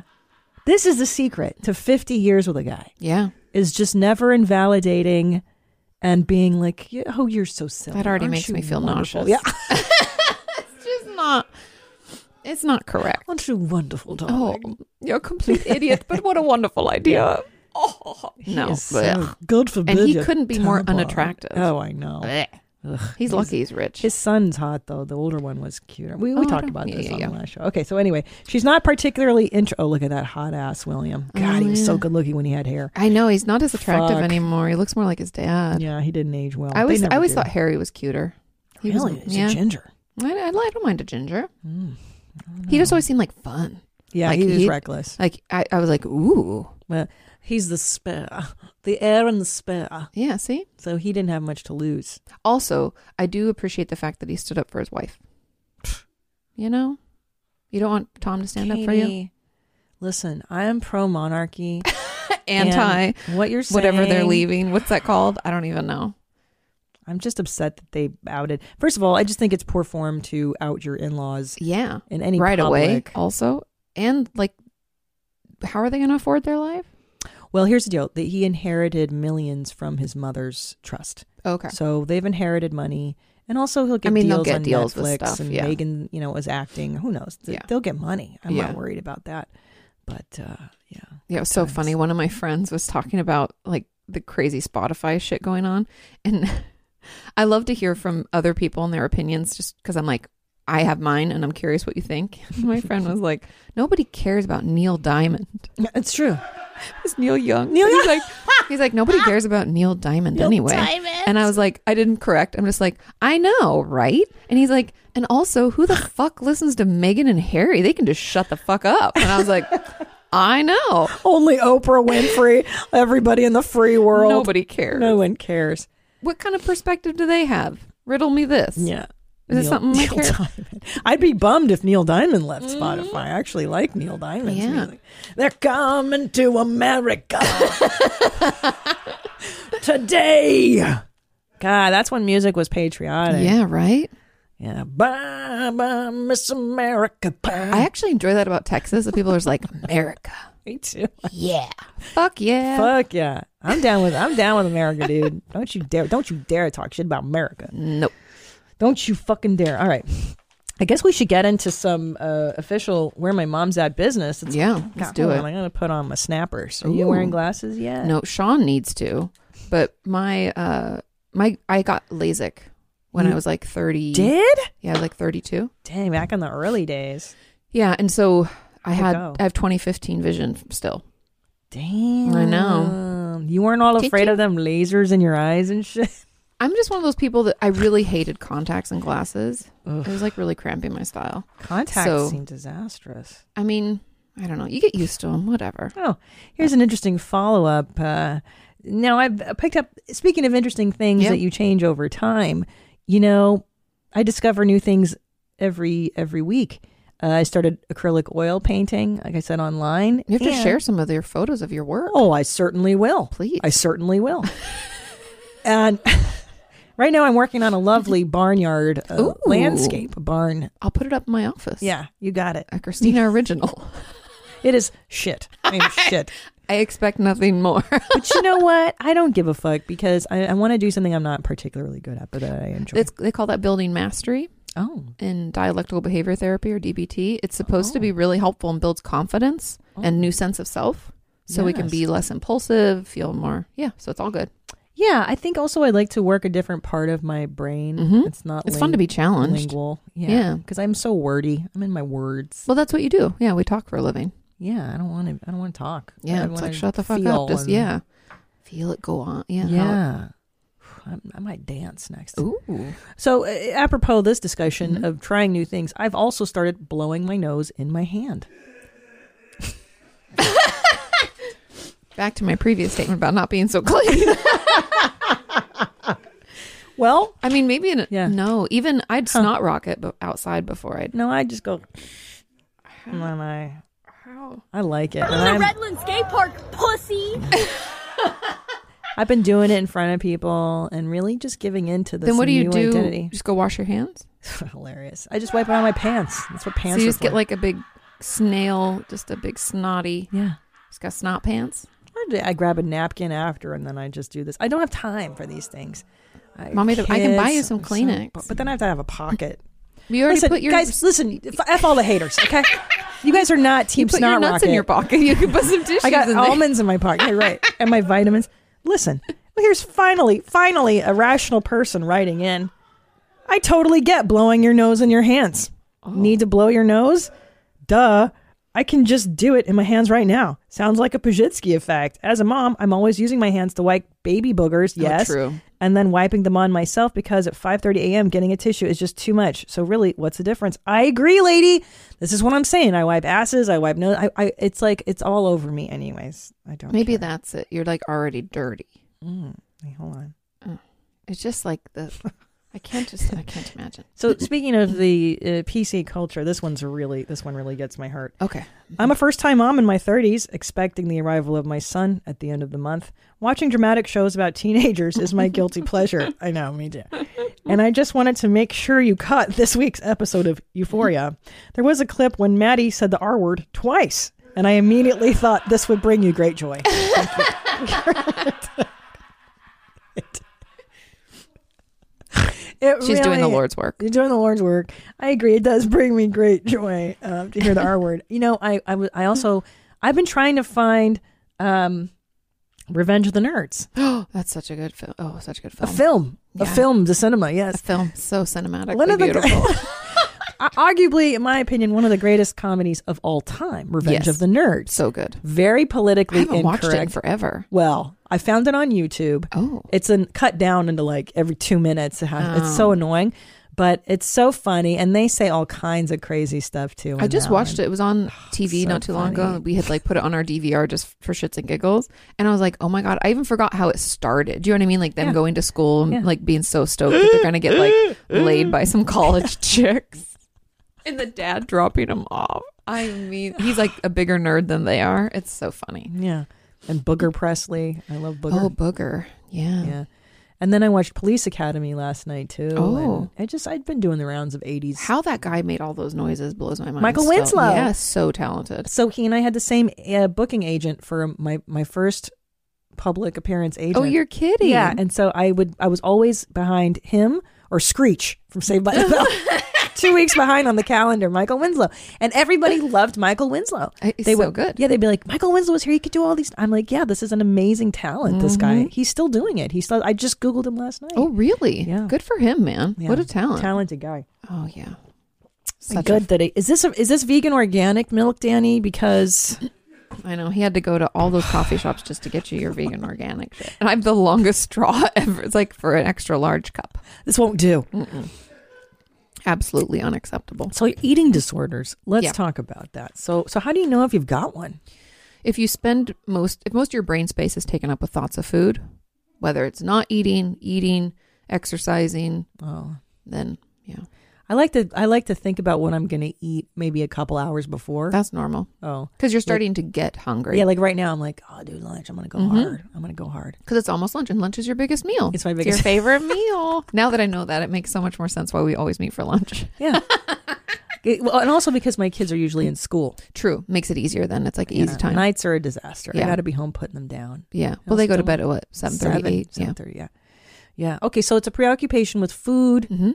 S4: This is the secret to 50 years with a guy
S8: Yeah,
S4: is just never invalidating and being like, "Yeah, oh, you're so silly.
S8: that already
S4: Aren't
S8: makes
S4: you
S8: me feel
S4: wonderful?"
S8: nauseous.
S4: Yeah.
S8: it's just not. It's not correct.
S4: Aren't you wonderful,
S8: Oh,
S4: darling?
S8: you're a complete idiot. But what a wonderful idea. Oh no,
S4: He is
S8: Blech.
S4: so good for
S8: And he couldn't be more unattractive.
S4: Oh, I know.
S8: Blech. he's lucky. He's rich.
S4: His son's hot though. The older one was cuter. We, we
S8: Oh, I
S4: talked
S8: don't-
S4: about
S8: yeah,
S4: this
S8: yeah,
S4: on
S8: yeah.
S4: the last show. Okay, so anyway, she's not particularly int Oh, look at that hot ass William.
S8: Oh,
S4: God, he was so good looking when he had hair.
S8: I know he's not as attractive
S4: Fuck.
S8: anymore. He looks more like his dad.
S4: Yeah, he didn't age well.
S8: Uh, I always,
S4: They
S8: I
S4: never
S8: always
S4: do.
S8: thought Harry was cuter. He
S4: really,
S8: was,
S4: he's
S8: yeah.
S4: a ginger. Hmm.
S8: I, I, I don't mind a ginger. he
S4: Mm.
S8: just always seemed like fun.
S4: Yeah,
S8: Like,
S4: he was
S8: he-
S4: reckless.
S8: Like I, I was like, ooh,
S4: Well, he's the spare, the heir and the spare.
S8: yeah. See.
S4: So he didn't have much to lose.
S8: Also, I do appreciate the fact that he stood up for his wife. you know, you don't want Tom to stand up for you.
S4: Katie, Listen, I am pro monarchy.
S8: Anti,
S4: and what you're saying.
S8: whatever they're leaving. What's that called? I don't even know.
S4: I'm just upset that they outed. First of all, I just think it's poor form to out your in-laws
S8: Yeah,
S4: in any
S8: right away.
S4: public-
S8: Also, and like, how are they going to afford their life?
S4: Well, here's the deal: that he inherited millions from his mother's trust,
S8: Okay.
S4: so they've inherited money, and also he'll get
S8: I mean, they'll
S4: deals
S8: get
S4: on
S8: deals with
S4: Netflix.
S8: stuff,
S4: and
S8: yeah.
S4: Megan, you know, is acting. Who knows? They-
S8: Yeah.
S4: They'll get money. I'm
S8: Yeah.
S4: not worried about that. But uh, yeah,
S8: Yeah, it was so
S4: times.
S8: funny. One of my friends was talking about like the crazy Spotify shit going on, and I love to hear from other people and their opinions, just because I'm like, I have mine, and I'm curious what you think. my friend was like, nobody cares about Neil Diamond.
S4: Yeah, it's true.
S8: It's Neil Young. Neil he's like, he's like, nobody cares about Neil Diamond anyway. And I was like, I didn't correct. I'm just like, I know, right? And he's like, and also, who the fuck listens to Megan and Harry? They can just shut the fuck up. And I was like, I know.
S4: Only Oprah Winfrey. everybody in the free world.
S8: Nobody cares.
S4: No one cares.
S8: What kind of perspective do they have? Riddle me this.
S4: Yeah.
S8: Is it something I
S4: Neil
S8: care-
S4: Diamond. I'd be bummed if Neil Diamond left Spotify. I actually like Neil Diamond's
S8: Yeah.
S4: music. They're coming to America today. God, that's when music was patriotic.
S8: Yeah, right?
S4: Yeah. Bye bye, Miss America. Bye.
S8: I actually enjoy that about Texas. That people are just like, America.
S4: Me too.
S8: Yeah. Fuck yeah.
S4: Fuck yeah. I'm down with I'm down with America, dude. Don't you dare don't you dare talk shit about America.
S8: Nope.
S4: Don't you fucking dare. All right. I guess we should get into some uh, official where my mom's at business. It's
S8: Yeah, let's
S4: God,
S8: do
S4: hold
S8: it.
S4: on, I'm gonna put on my snappers. Are you wearing glasses yet?
S8: No, Sean needs to. But my uh my I got LASIK when I was like 30.
S4: Did?
S8: Yeah, I was like 32.
S4: Dang, back in the early days.
S8: Yeah, and so I had
S4: go.
S8: I have 2015 vision still.
S4: Damn.
S8: I know.
S4: You weren't all
S8: Did
S4: afraid
S8: you?
S4: of them lasers in your eyes and shit.
S8: I'm just one of those people that I really hated contacts and glasses. It was like really cramping my style.
S4: Contacts
S8: So-
S4: seem disastrous.
S8: I mean, I don't know. You get used to them, whatever.
S4: Oh, here's an interesting follow up. Uh, now, I've uh, picked up, speaking of interesting things
S8: Yeah.
S4: that you change over time, you know, I discover new things every every week. Uh, I started acrylic oil painting, like I said, online.
S8: You have to
S4: and-
S8: share some of your photos of your work.
S4: Oh, I certainly will.
S8: Please.
S4: I certainly will. and right now, I'm working on a lovely barnyard uh,
S8: Ooh.
S4: landscape barn.
S8: I'll put it up in my office.
S4: Yeah, you got it.
S8: A Christina original.
S4: It is shit. I mean, shit.
S8: I expect nothing more.
S4: But you know what? I don't give a fuck because I, I want to do something I'm not particularly good at, but that I enjoy.
S8: it's, they call that building mastery
S4: oh,
S8: in dialectical behavior therapy or DBT. It's supposed
S4: Oh.
S8: to be really helpful and builds confidence and new sense of self. So we can
S4: Yes.
S8: be less impulsive, feel more. Yeah. So it's all good.
S4: yeah. I think also I like to work a different part of my brain. It's not.
S8: Mm-hmm. It's fun to be challenged.
S4: Lingual. Yeah.
S8: Yeah.
S4: Because I'm so wordy. I'm in my words.
S8: Well, that's what you do. Yeah. We talk for a living.
S4: Yeah. I don't want to. I don't want to talk.
S8: Yeah,
S4: I
S8: it's like
S4: wanna
S8: shut the fuck
S4: feel
S8: up. Just
S4: and-
S8: yeah, feel it go on. Yeah, how
S4: Yeah. I, I might dance next.
S8: it- ooh, Mm-hmm.
S4: So, uh, apropos this discussion of trying new things, I've also started blowing my nose in my hand.
S8: back to my previous statement about not being so clean.
S4: Well,
S8: I mean, maybe in a,
S4: Yeah.
S8: no. Even I'd snot rocket but outside before I'd.
S4: no, I just go, and then I,
S8: How?
S4: I like it. And I'm,
S3: Redland Skate Park, pussy.
S4: I've been doing it in front of people and really just giving in to this
S8: Then what do you
S4: new
S8: do?
S4: identity.
S8: Just go wash your hands.
S4: Hilarious. I just wipe it on my pants. That's what
S8: So
S4: pants
S8: you
S4: are
S8: just get
S4: for.
S8: like a big snail, just a big snotty.
S4: yeah.
S8: Just got snot pants.
S4: Or do I grab a napkin after and then I just do this. I don't have time for these things. I have
S8: Mommy, I can buy
S4: kids,
S8: you some
S4: I'm so-
S8: Kleenex.
S4: but- but then I have to have a pocket.
S8: You already
S4: listen,
S8: put your
S4: guys, listen. f- F all the haters, okay? You guys are not
S8: You
S4: team
S8: put
S4: snot
S8: your nuts in
S4: rocket.
S8: your pocket. You can put some tissues.
S4: I got
S8: in there.
S4: almonds in my pocket, You're right? And my vitamins. Listen, well, here's finally, finally, a rational person writing in. I totally get blowing your nose in your hands.
S8: Oh.
S4: Need to blow your nose? Duh. I can just do it in my hands right now. Sounds like a Pajitsky effect. As a mom, I'm always using my hands to wipe baby boogers. Yes,
S8: Oh, true.
S4: and then wiping them on myself because at 5:30 a.m. getting a tissue is just too much. So really, what's the difference? I agree, lady. This is what I'm saying. I wipe asses. I wipe nose. I, I it's like it's all over me, anyways. I don't.
S8: Maybe
S4: care.
S8: that's it. You're like already dirty.
S4: Wait, Hold on.
S8: It's just like the. I can't just. I can't imagine.
S4: So speaking of the uh, PC culture, this one's really this one really gets my heart.
S8: Okay.
S4: I'm a first time mom in my 30s, expecting the arrival of my son at the end of the month. Watching dramatic shows about teenagers is my guilty pleasure. I know, me too. And I just wanted to make sure you caught this week's episode of Euphoria. There was a clip when Maddie said the R word twice, and I immediately thought this would bring you great joy. It
S8: She's doing the
S4: really-
S8: Lord's work.
S4: You're doing the Lord's work. I agree. It does bring me great joy um, to hear the R word. You know, I, I, w- I also, I've been trying to find um, Revenge of the Nerds,
S8: That's such a good film. Oh, such a good
S4: a
S8: film.
S4: film, a
S8: Yeah.
S4: film to cinema.
S8: A
S4: Yes.
S8: film so cinematically
S4: One of the-
S8: beautiful.
S4: A- Arguably, in my opinion, one of the greatest comedies of all time,
S8: Yes.
S4: Revenge of the Nerds.
S8: so good.
S4: Very
S8: I
S4: politically
S8: haven't watched it in
S4: incorrect.
S8: forever.
S4: well, I found it on YouTube.
S8: Oh,
S4: It's an cut down into like every two minutes. It has- It's
S8: Oh.
S4: so annoying, but it's so funny, and they say all kinds of crazy stuff too.
S8: I
S4: in
S8: just
S4: that one.
S8: watched it. It was on TV
S4: so
S8: not too long
S4: funny.
S8: ago. We had like put it on our DVR just for shits and giggles, and I was like, oh my god, I even forgot how it started. Do you know what I mean? Like them
S4: Yeah.
S8: going to school and
S4: Yeah.
S8: like being so stoked that they're gonna get like laid by some college chicks, and the dad dropping them off. I mean, he's like a bigger nerd than they are. It's so funny.
S4: Yeah. And Booger Presley. I love Booger.
S8: Oh, booger. Yeah.
S4: yeah. And then I watched Police Academy last night too.
S8: Oh.
S4: And I just I'd been doing the rounds of eighties.
S8: How that guy made all those noises blows my mind.
S4: Michael
S8: still.
S4: Winslow.
S8: Yeah, so talented.
S4: so he and I had the same uh, booking agent for my my first public appearance agent.
S8: Oh, you're kidding.
S4: Yeah, and so I would I was always behind him or Screech from Saved by the Bell. Two weeks behind on the calendar, Michael Winslow, and everybody loved Michael Winslow.
S8: Uh, he's
S4: they
S8: so
S4: would,
S8: good.
S4: Yeah, they'd be like, Michael Winslow is here. He could do all these. I'm like, yeah, this is an amazing talent. This guy, he's still doing it. He's still. I just googled him last night.
S8: Mm-hmm. Oh, really?
S4: Yeah.
S8: Good for him, man.
S4: Yeah.
S8: What a talent.
S4: Talented guy.
S8: Oh, yeah. Such
S4: Good that it is this. A, is this vegan organic milk, Danny? Because
S8: a- I know he had to go to all those coffee shops just to get you your vegan organic shit. And I have the longest straw ever. It's like for an extra large cup.
S4: This won't do.
S8: Absolutely unacceptable.
S4: So eating disorders. Let's
S8: Yeah.
S4: talk about that. So so how do you know if you've got one?
S8: If you spend most, if most of your brain space is taken up with thoughts of food, whether it's not eating, eating, exercising,
S4: Oh.
S8: then yeah,
S4: I like to I like to think about what I'm going to eat maybe a couple hours before.
S8: that's normal
S4: oh.
S8: because you're starting to get hungry.
S4: Yeah, like right now I'm like, "Oh, dude, lunch. I'm going to go
S8: Mm-hmm.
S4: hard. I'm going to go hard."
S8: because it's almost lunch, and lunch is your biggest meal.
S4: It's my biggest-
S8: your favorite meal. Now that I know that, it makes so much more sense why we always meet for lunch.
S4: Yeah. It- well, and also because my kids are usually in school.
S8: True, makes it easier. Then it's like easy time.
S4: Nights are a disaster. I
S8: Yeah.
S4: got to be home putting them down.
S8: Yeah. Well, they go to
S4: still-
S8: bed at what seven thirty eight. Yeah.
S4: Seven thirty. Yeah. Yeah. Okay. So it's a preoccupation with food.
S8: Mm-hmm.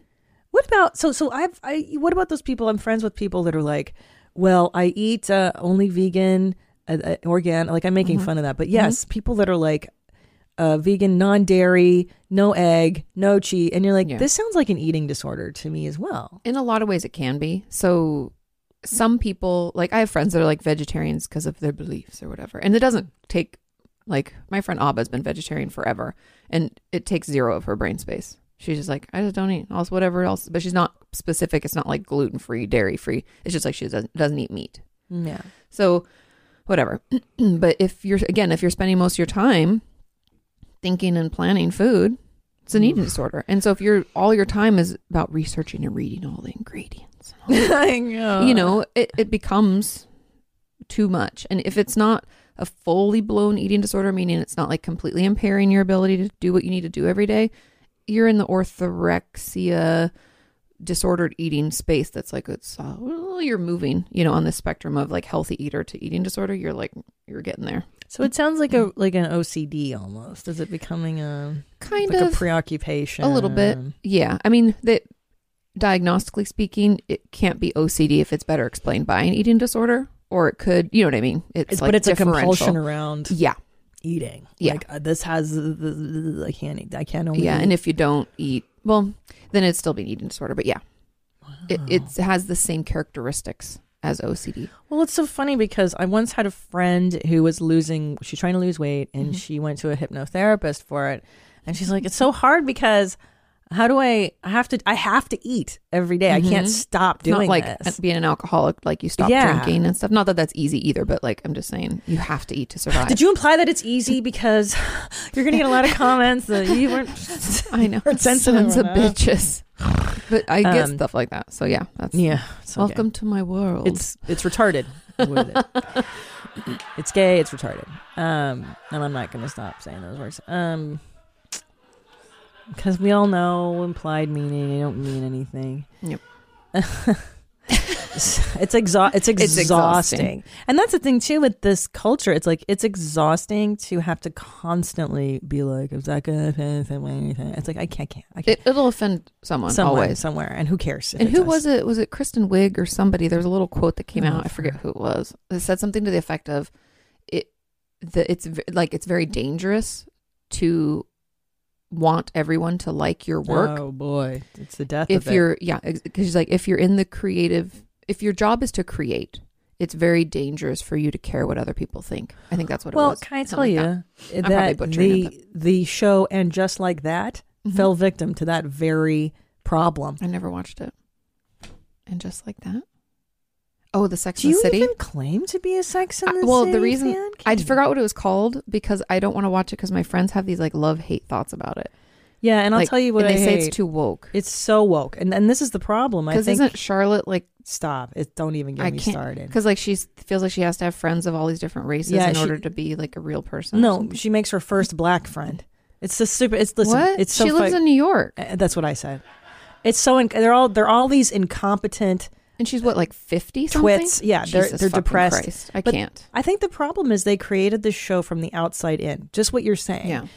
S4: What about so so I've I what about those people I'm friends with people that are like, well I eat uh, only vegan, uh, uh, organic. Like I'm making
S8: Mm-hmm.
S4: fun of that, but yes, people that are like. Uh, vegan, non dairy, no egg, no cheese, and you're like,
S8: Yeah.
S4: this sounds like an eating disorder to me as well.
S8: In a lot of ways, it can be. So some people, like I have friends that are like vegetarians because of their beliefs or whatever, and it doesn't take. Like my friend Abba has been vegetarian forever, and it takes zero of her brain space. She's just like, I just don't eat else, whatever else. But she's not specific. It's not like gluten free, dairy free. It's just like she doesn't doesn't eat meat.
S4: Yeah,
S8: So, whatever. but if you're, again, if you're spending most of your time thinking and planning food, it's an eating disorder. And so, if you're, all your time is about researching and reading all the ingredients,
S4: I know.
S8: you know, it, it becomes too much. And if it's not a fully blown eating disorder, meaning it's not like completely impairing your ability to do what you need to do every day, you're in the orthorexia disordered eating space that's like it's uh, well, you're moving you know on the spectrum of like healthy eater to eating disorder you're like you're getting there
S4: So it sounds like a like an OCD almost. Is it becoming a
S8: kind
S4: like
S8: of
S4: a preoccupation?
S8: a little bit yeah i mean that diagnostically speaking it can't be ocd if it's better explained by an eating disorder or it could you know what i mean it's,
S4: It's,
S8: like
S4: but it's a
S8: differential.
S4: compulsion around
S8: yeah
S4: eating.
S8: Yeah.
S4: Like uh, this has the, the, the- I can't eat. I can't only
S8: yeah
S4: eat.
S8: and if you don't eat well then it'd still be an eating disorder but yeah it, it has the same characteristics as ocd
S4: well, it's so funny because I once had a friend who was losing. She's trying to lose weight,
S8: Mm-hmm.
S4: and she went to a hypnotherapist for it. And she's like, "It's so hard because how do I? I have to. I have to eat every day. I can't stop
S8: It's
S4: doing
S8: Mm-hmm. not like
S4: this.
S8: being an alcoholic like you stop
S4: Yeah.
S8: drinking and stuff not that that's easy either but like i'm just saying you have to eat to survive
S4: Did you imply that it's easy because you're going to get a lot of comments that you weren't?
S8: i know
S4: We're sensitive
S8: sons of
S4: on that.
S8: bitches but i get
S4: Um,
S8: stuff like that so yeah that's
S4: yeah. it's okay.
S8: welcome to my world
S4: It's it's retarded. is what it is. it's gay. It's retarded. Um, and I'm not gonna stop saying those words. Um, because we all know implied meaning. They don't mean anything.
S8: Yep.
S4: it's exha- It's exhausting.
S8: exhausting.
S4: And that's the thing too with this culture. It's like it's exhausting to have to constantly be like, "Is that good?" It's like I can't, I can't, I can't.
S8: it, it'll offend someone
S4: Someone,
S8: always
S4: somewhere, and who cares? if
S8: And who
S4: does.
S8: was it? Was it Kristen Wiig or somebody? There was a little quote that came out. I forget who it was. It said something to the effect of, "It, the it's v- like it's very dangerous to want everyone to like your work
S4: Oh boy, it's the death.
S8: if
S4: of it.
S8: you're yeah." Because she's like, if you're in the creative, if your job is to create, it's very dangerous for you to care what other people think. I think that's what. it
S4: Well,
S8: was.
S4: can I tell
S8: Something
S4: you
S8: like
S4: that,
S8: I'm probably butchering
S4: the
S8: it, Mm-hmm.
S4: the show and just like that fell victim to that very problem.
S8: that. I never watched it. And just like that. Oh, the Sex
S4: Do
S8: and
S4: you
S8: the City.
S4: even claim to be a Sex
S8: I-
S4: in the
S8: well,
S4: City
S8: the reason
S4: fan?
S8: I
S4: Can you-
S8: forgot what it was called because I don't want to watch it because my friends have these like love hate thoughts about it.
S4: yeah, and I'll
S8: Like,
S4: tell you what
S8: and
S4: I
S8: they say.
S4: hate.
S8: It's too woke
S4: It's so woke, and and this is the problem. I
S8: because
S4: think.
S8: isn't Charlotte like
S4: stop. It don't even get
S8: I
S4: me
S8: can't
S4: started.
S8: because like she feels like she has to have friends of all these different races
S4: Yeah,
S8: in
S4: she-
S8: order to be like a real person. or
S4: No,
S8: something.
S4: she makes her first black friend. It's the super. It's listen.
S8: what?
S4: It's so
S8: she lives
S4: fu-
S8: in New York
S4: Uh, That's what I said. It's so. Inc- they're all. They're all these incompetent.
S8: and she's what like fifty something.
S4: Twits, yeah, they're-
S8: Jesus
S4: they're
S8: fucking
S4: depressed.
S8: Christ, I
S4: But
S8: can't.
S4: I think the problem is they created this show from the outside in. Just what you're saying.
S8: Yeah.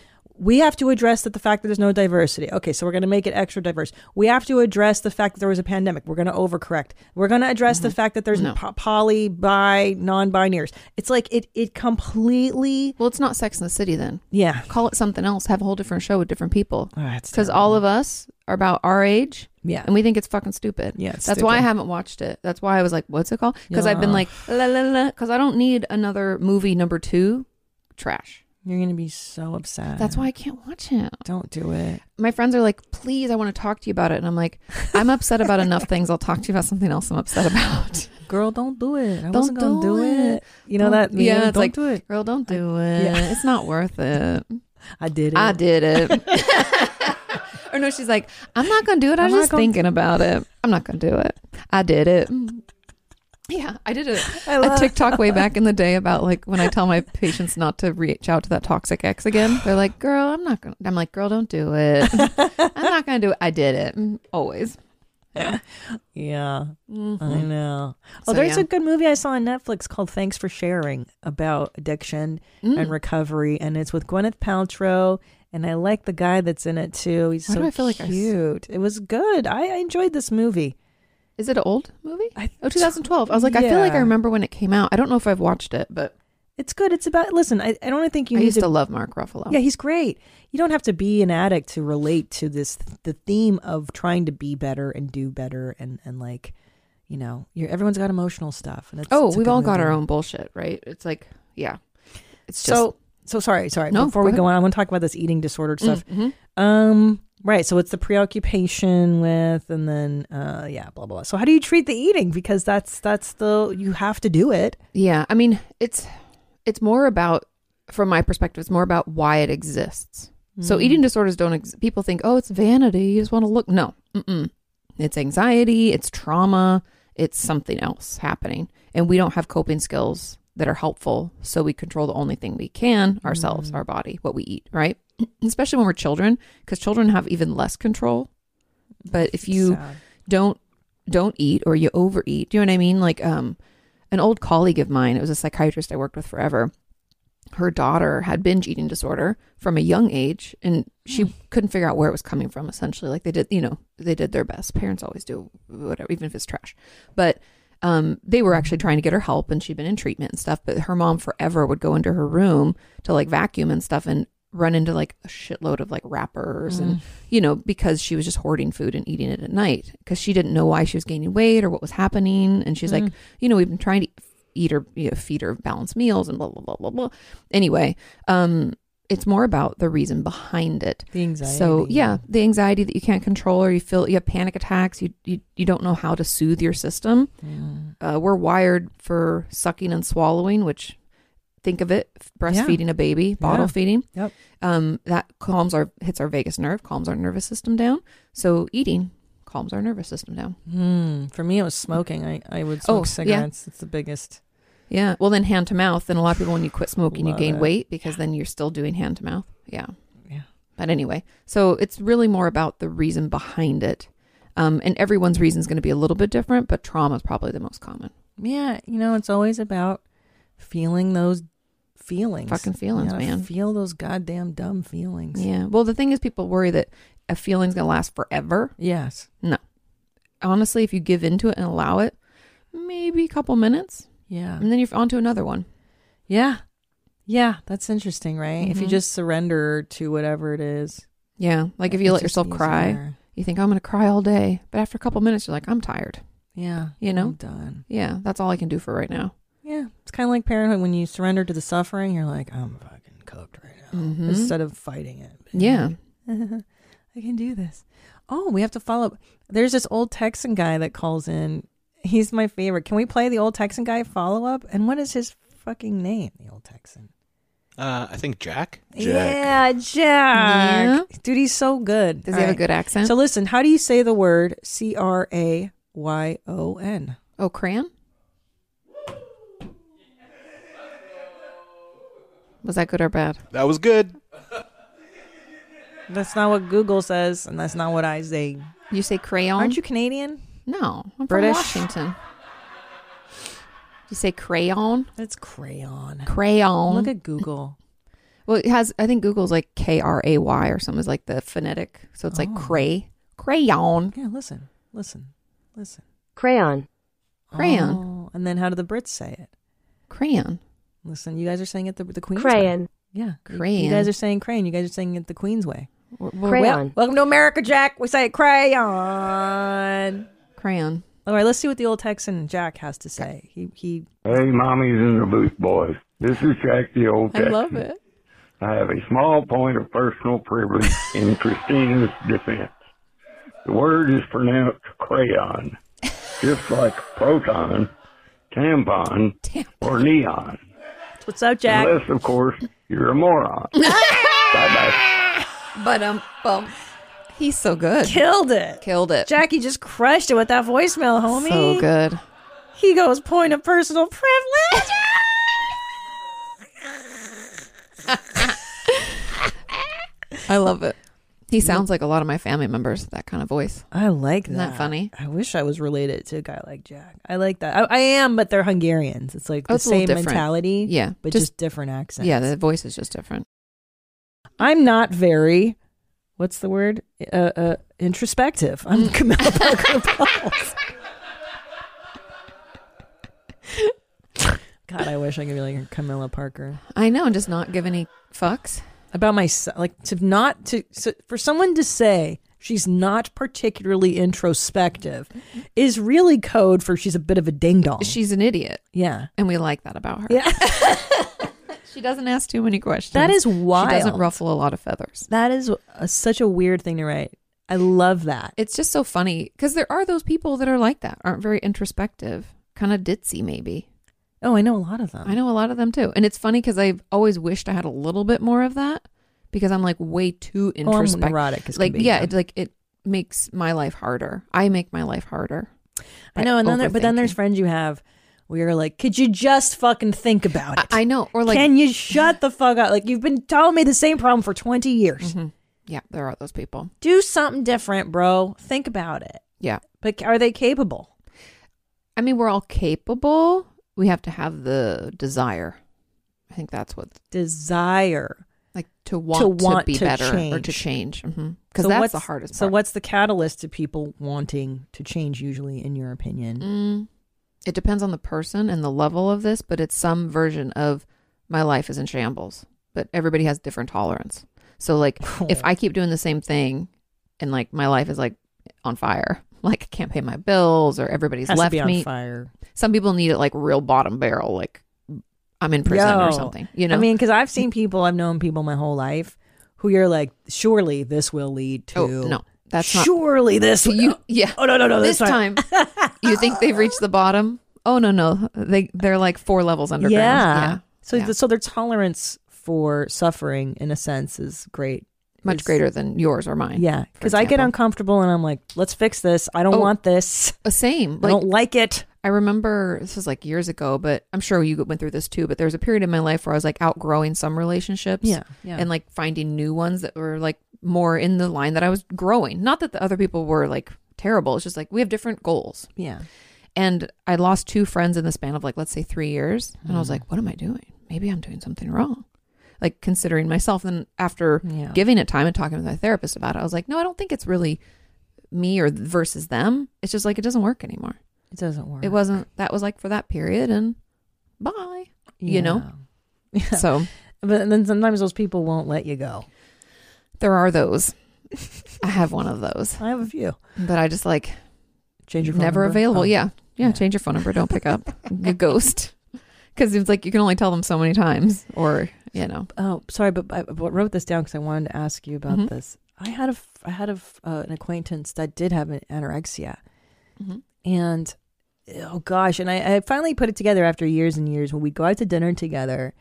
S4: We have to address that the fact that there's no diversity. Okay, so we're going to make it extra diverse. We have to address the fact that there was a pandemic. We're going to overcorrect. We're going to address the fact that there's
S8: Mm-hmm. No.
S4: po- poly, bi, non-binaries. It's like it it completely
S8: Well, it's not Sex in the City then.
S4: yeah.
S8: Call it something else. Have a whole different show with different people
S4: Ah, it's
S8: because all of us are about our age.
S4: Yeah.
S8: And we think it's fucking stupid.
S4: Yeah, it's
S8: That's why I
S4: stupid.
S8: haven't watched it. That's why I was like, what's it called? Because I've been
S4: Yeah.
S8: like, la la la, because I don't need another movie number two trash.
S4: You're gonna be so upset.
S8: That's why I can't watch it.
S4: Don't do it.
S8: My friends are like, please, I want to talk to you about it. And I'm like, I'm upset about enough things. I'll talk to you about something else I'm upset about.
S4: Girl, don't do it. I
S8: Don't
S4: wasn't gonna
S8: do
S4: do it.
S8: it.
S4: You know that? meme,
S8: Yeah, it's
S4: don't
S8: like-
S4: do it.
S8: Girl, don't do it.
S4: yeah.
S8: It's not worth it.
S4: I did it.
S8: I did it. or no, she's like, I'm not gonna do it. I
S4: I'm
S8: was
S4: not
S8: just
S4: gonna- Mm.
S8: thinking about it. I'm not gonna do it. I did it. Yeah, I did a,
S4: I
S8: a
S4: love-
S8: TikTok way back in the day about like when I tell my patients not to reach out to that toxic ex again. They're like, "Girl, I'm not gonna." I'm like, "Girl, don't do it. I'm not gonna do it. I did it. Mm, Always." Mm-hmm.
S4: Yeah, I know. Oh,
S8: So,
S4: there's
S8: yeah.
S4: a good movie I saw on Netflix called "Thanks for Sharing" about addiction
S8: Mm.
S4: and recovery, and it's with Gwyneth Paltrow. And I like the guy that's in it too. He's
S8: Why
S4: so
S8: do I feel like I s-
S4: cute. It was good. I, I enjoyed this movie.
S8: Is it an old movie?
S4: I-
S8: oh, 2012. I was like, I feel like I
S4: Yeah.
S8: remember when it came out. I don't know if I've watched it, but
S4: It's good. It's about listen. I, I don't think you
S8: I
S4: need
S8: used
S4: to
S8: to love Mark Ruffalo.
S4: Yeah, he's great. You don't have to be an addict to relate to this the theme of trying to be better and do better and and like, you know, you're, everyone's got emotional stuff. And it's,
S8: Oh,
S4: it's a
S8: we've
S4: good
S8: all got
S4: movie.
S8: our own bullshit, right? It's like, yeah, it's just
S4: So so sorry, sorry.
S8: No,
S4: Before
S8: go
S4: we
S8: ahead. Mm.
S4: go on, I want to talk about this eating disorder stuff. Um, right. So it's the preoccupation with, and then uh, yeah, blah blah. blah. So how do you treat the eating? Because that's that's the you have to do it.
S8: yeah. I mean, it's it's more about, from my perspective, it's more about why it exists. So eating disorders don't. Ex- people think, oh, it's vanity. You just want to look. No, Mm-mm. it's anxiety. It's trauma. It's something else happening, and we don't have coping skills that are helpful. So we control the only thing we can ourselves, our body, what we eat, right? Especially when we're children, because children have even less control. But if you
S4: Sad.
S8: don't don't eat or you overeat. Do you know what I mean? Like um an old colleague of mine, it was a psychiatrist I worked with forever. Her daughter had binge eating disorder from a young age and she couldn't figure out where it was coming from essentially. Like they did, you know, they did their best. Parents always do whatever even if it's trash. But um, they were actually trying to get her help and she'd been in treatment and stuff, but her mom forever would go into her room to like vacuum and stuff and run into like a shitload of like wrappers and you know because she was just hoarding food and eating it at night because she didn't know why she was gaining weight or what was happening and she's like you know we've been trying to eat her you know, feed her balanced meals and blah blah blah blah blah anyway um it's more about the reason behind it
S4: The anxiety.
S8: so yeah, the anxiety that you can't control, or you feel you have panic attacks. You you, you don't know how to soothe your system.
S4: Mm.
S8: Uh, we're wired for sucking and swallowing, which think of it f- breastfeeding a baby, bottle
S4: Yeah.
S8: feeding.
S4: Yep.
S8: Um, that calms our hits our vagus nerve, calms our nervous system down. So eating calms our nervous system down.
S4: Mm, for me, it was smoking. I I would
S8: Oh,
S4: smoke
S8: yeah.
S4: cigarettes. It's the biggest.
S8: Yeah. Well, then hand to mouth. And a lot of people, when you quit smoking, you
S4: Love
S8: gain
S4: it.
S8: weight because then you're still doing hand to mouth. Yeah.
S4: Yeah.
S8: But anyway, so it's really more about the reason behind it. Um, and everyone's reason is going to be a little bit different, but trauma is probably the most common.
S4: Yeah, you know, it's always about feeling those feelings.
S8: Fucking feelings,
S4: You gotta
S8: man.
S4: Feel those goddamn dumb feelings.
S8: Yeah. Well, the thing is, people worry that a feeling's going to last forever.
S4: Yes.
S8: No. Honestly, if you give into it and allow it, maybe a couple minutes,
S4: Yeah.
S8: and then you're on to another one.
S4: Yeah. Yeah, that's interesting, right? If you
S8: Mm-hmm.
S4: just surrender to whatever it is.
S8: Yeah. Like if you
S4: It's
S8: let
S4: just
S8: yourself cry,
S4: easier.
S8: you think, I'm going to cry all day. But after a couple minutes, you're like, I'm tired.
S4: Yeah.
S8: You know?
S4: I'm done.
S8: Yeah. That's all I can do for right now.
S4: Yeah. It's kind of like parenthood when you surrender to the suffering, you're like, I'm fucking cooked right now. Instead of fighting it.
S8: Mm-hmm. Yeah.
S4: I can do this. Oh, we have to follow up. There's this old Texan guy that calls in. He's my favorite. Can we play the old Texan guy follow up? And what is his fucking name, the old Texan?
S1: Uh, I think Jack.
S4: Yeah, Jack. Dude, he's so good.
S8: Does he
S4: All
S8: have a
S4: right.
S8: good accent?
S4: So listen, how do you say the word C R A Y O N?
S8: oh, crayon? Was that good or bad?
S1: That was good.
S4: That's not what Google says, and that's not what I say.
S8: You say crayon?
S4: Aren't you Canadian?
S8: No, I'm
S4: British?
S8: from Washington. You say crayon?
S4: It's crayon.
S8: Crayon.
S4: Look at Google.
S8: well, it has. I think Google's like K R A Y or something is like the phonetic, so it's like
S4: Oh.
S8: cray crayon.
S4: Yeah, listen, listen, listen.
S6: Crayon.
S8: Crayon.
S4: Oh, and then how do the Brits say it?
S8: Crayon.
S4: Listen, you guys are saying it the, the Queen's way.
S3: Crayon.
S4: Yeah, you- You
S8: Crayon.
S4: guys are saying crane. You guys are saying it the Queen's way. Well,
S9: Crayon.
S4: welcome to America, Jack. We say crayon.
S8: Crayon.
S4: All right, let's see what the old Texan Jack has to say. He he
S10: Hey, mommy's in the booth, boys. This is Jack the Old
S8: I
S10: Texan.
S8: love it.
S10: I have a small point of personal privilege in Christine's defense. The word is pronounced crayon, just like proton, tampon, or neon.
S4: what's up, Jack?
S10: Unless, of course, you're a moron.
S8: But um, well, he's so good.
S4: Killed it.
S8: Killed it.
S4: Jackie just crushed it with that voicemail, homie.
S8: so good.
S4: He goes point of personal privilege.
S8: I love it. He sounds like a lot of my family members. That kind of voice.
S4: I like that.
S8: Isn't that funny?
S4: I wish I was related to a guy like Jack. I like that. I, I am, but they're Hungarians. It's like the
S8: Oh, it's a little
S4: same
S8: different.
S4: mentality,
S8: Yeah,
S4: but just,
S8: just-
S4: different accents.
S8: Yeah, the voice is just different.
S4: I'm not very. What's the word? Uh, uh, introspective.
S8: Mm.
S4: I'm Camilla Parker Bowles. God, I wish I could be like Camilla Parker.
S8: I know, and just not give any fucks.
S4: about myself like to not to so for someone to say she's not particularly introspective is really code for she's a bit of a ding dong
S8: She's an idiot,
S4: yeah
S8: and we like that about her.
S4: Yeah.
S8: she doesn't ask too many questions.
S4: That is wild.
S8: She doesn't ruffle a lot of feathers.
S4: that is a, such a weird thing to write i love that
S8: It's just so funny because there are those people that are like that, aren't very introspective, kind of ditzy maybe.
S4: oh i know a lot of them
S8: I know a lot of them too, and it's funny because I've always wished I had a little bit more of that because I'm like way too
S4: Oh, I'm
S8: introspective.
S4: neurotic as can
S8: like
S4: be,
S8: yeah,
S4: yeah.
S8: it like it makes my life harder. I make my life harder.
S4: i know and then there, but then
S8: Overthinking.
S4: there's friends you have where you're like could you just fucking think about it
S8: I, I know, or like
S4: can you shut the fuck up like you've been telling me the same problem for 20
S8: Mm-hmm.
S4: years
S8: yeah, there are those people.
S4: do something different bro think about it
S8: Yeah,
S4: but are they capable
S8: I mean we're all capable. We have to have the desire. I think that's what
S4: desire
S8: like to want
S4: To
S8: to,
S4: want
S8: be
S4: to
S8: better or to change
S4: change.
S8: because mm-hmm. 'Cause
S4: So
S8: that's
S4: what's-
S8: the hardest part.
S4: So, what's the catalyst to people wanting to change? Usually, in your opinion,
S8: Mm, it depends on the person and the level of this, but it's some version of my life is in shambles. But everybody has different tolerance. So like if I keep doing the same thing and like my life is like on fire, like I can't pay my bills or everybody's
S4: has
S8: left
S4: to be on
S8: me.
S4: fire.
S8: Some people need it like real bottom barrel, like I'm in prison
S4: Yo.
S8: or something. You know,
S4: I mean, because I've seen people, I've known people my whole life who you're like, surely this will lead to.
S8: oh no, that's not
S4: surely this.
S8: So you yeah.
S4: Oh, no, no, no,
S8: This
S4: that's
S8: time you think they've reached the bottom? Oh no, no. They they're like four levels
S4: yeah.
S8: underground. Yeah.
S4: So,
S8: Yeah.
S4: th- so their tolerance for suffering, in a sense, is great.
S8: much
S4: Is-
S8: greater than yours or mine.
S4: Yeah,
S8: for
S4: because I get
S8: example.
S4: uncomfortable and I'm like, let's fix this. I don't
S8: Oh.
S4: want this.
S8: Uh, same.
S4: I
S8: Like
S4: don't like it.
S8: I remember this was like years ago, but I'm sure you went through this too. But there was a period in my life where I was like outgrowing some relationships,
S4: Yeah, yeah.
S8: and like finding new ones that were like more in the line that I was growing. Not that the other people were like terrible. It's just like we have different goals,
S4: Yeah.
S8: and I lost two friends in the span of like let's say three years, and
S4: Hmm.
S8: I was like, what am I doing? Maybe I'm doing something wrong. Like considering myself, and after
S4: Yeah.
S8: giving it time and talking with my therapist about it, I was like, no, I don't think it's really me or versus them. It's just like it doesn't work anymore
S4: It doesn't work.
S8: it wasn't that was like for that period and bye you know so
S4: But then sometimes those people won't let you go.
S8: there are those i have one of those
S4: I have a few.
S8: but i just like
S4: Change your phone
S8: never
S4: number?
S8: available
S4: Oh.
S8: yeah. yeah change your phone number don't pick up you ghost because it's like you can only tell them so many times or you know
S4: Oh, sorry, but I but wrote this down because I wanted to ask you about
S8: Mm-hmm.
S4: this. I had a f- I had a f- uh, an acquaintance that did have an anorexia, Mm-hmm. and oh gosh, and I, I finally put it together after years and years when we'd go out to dinner together,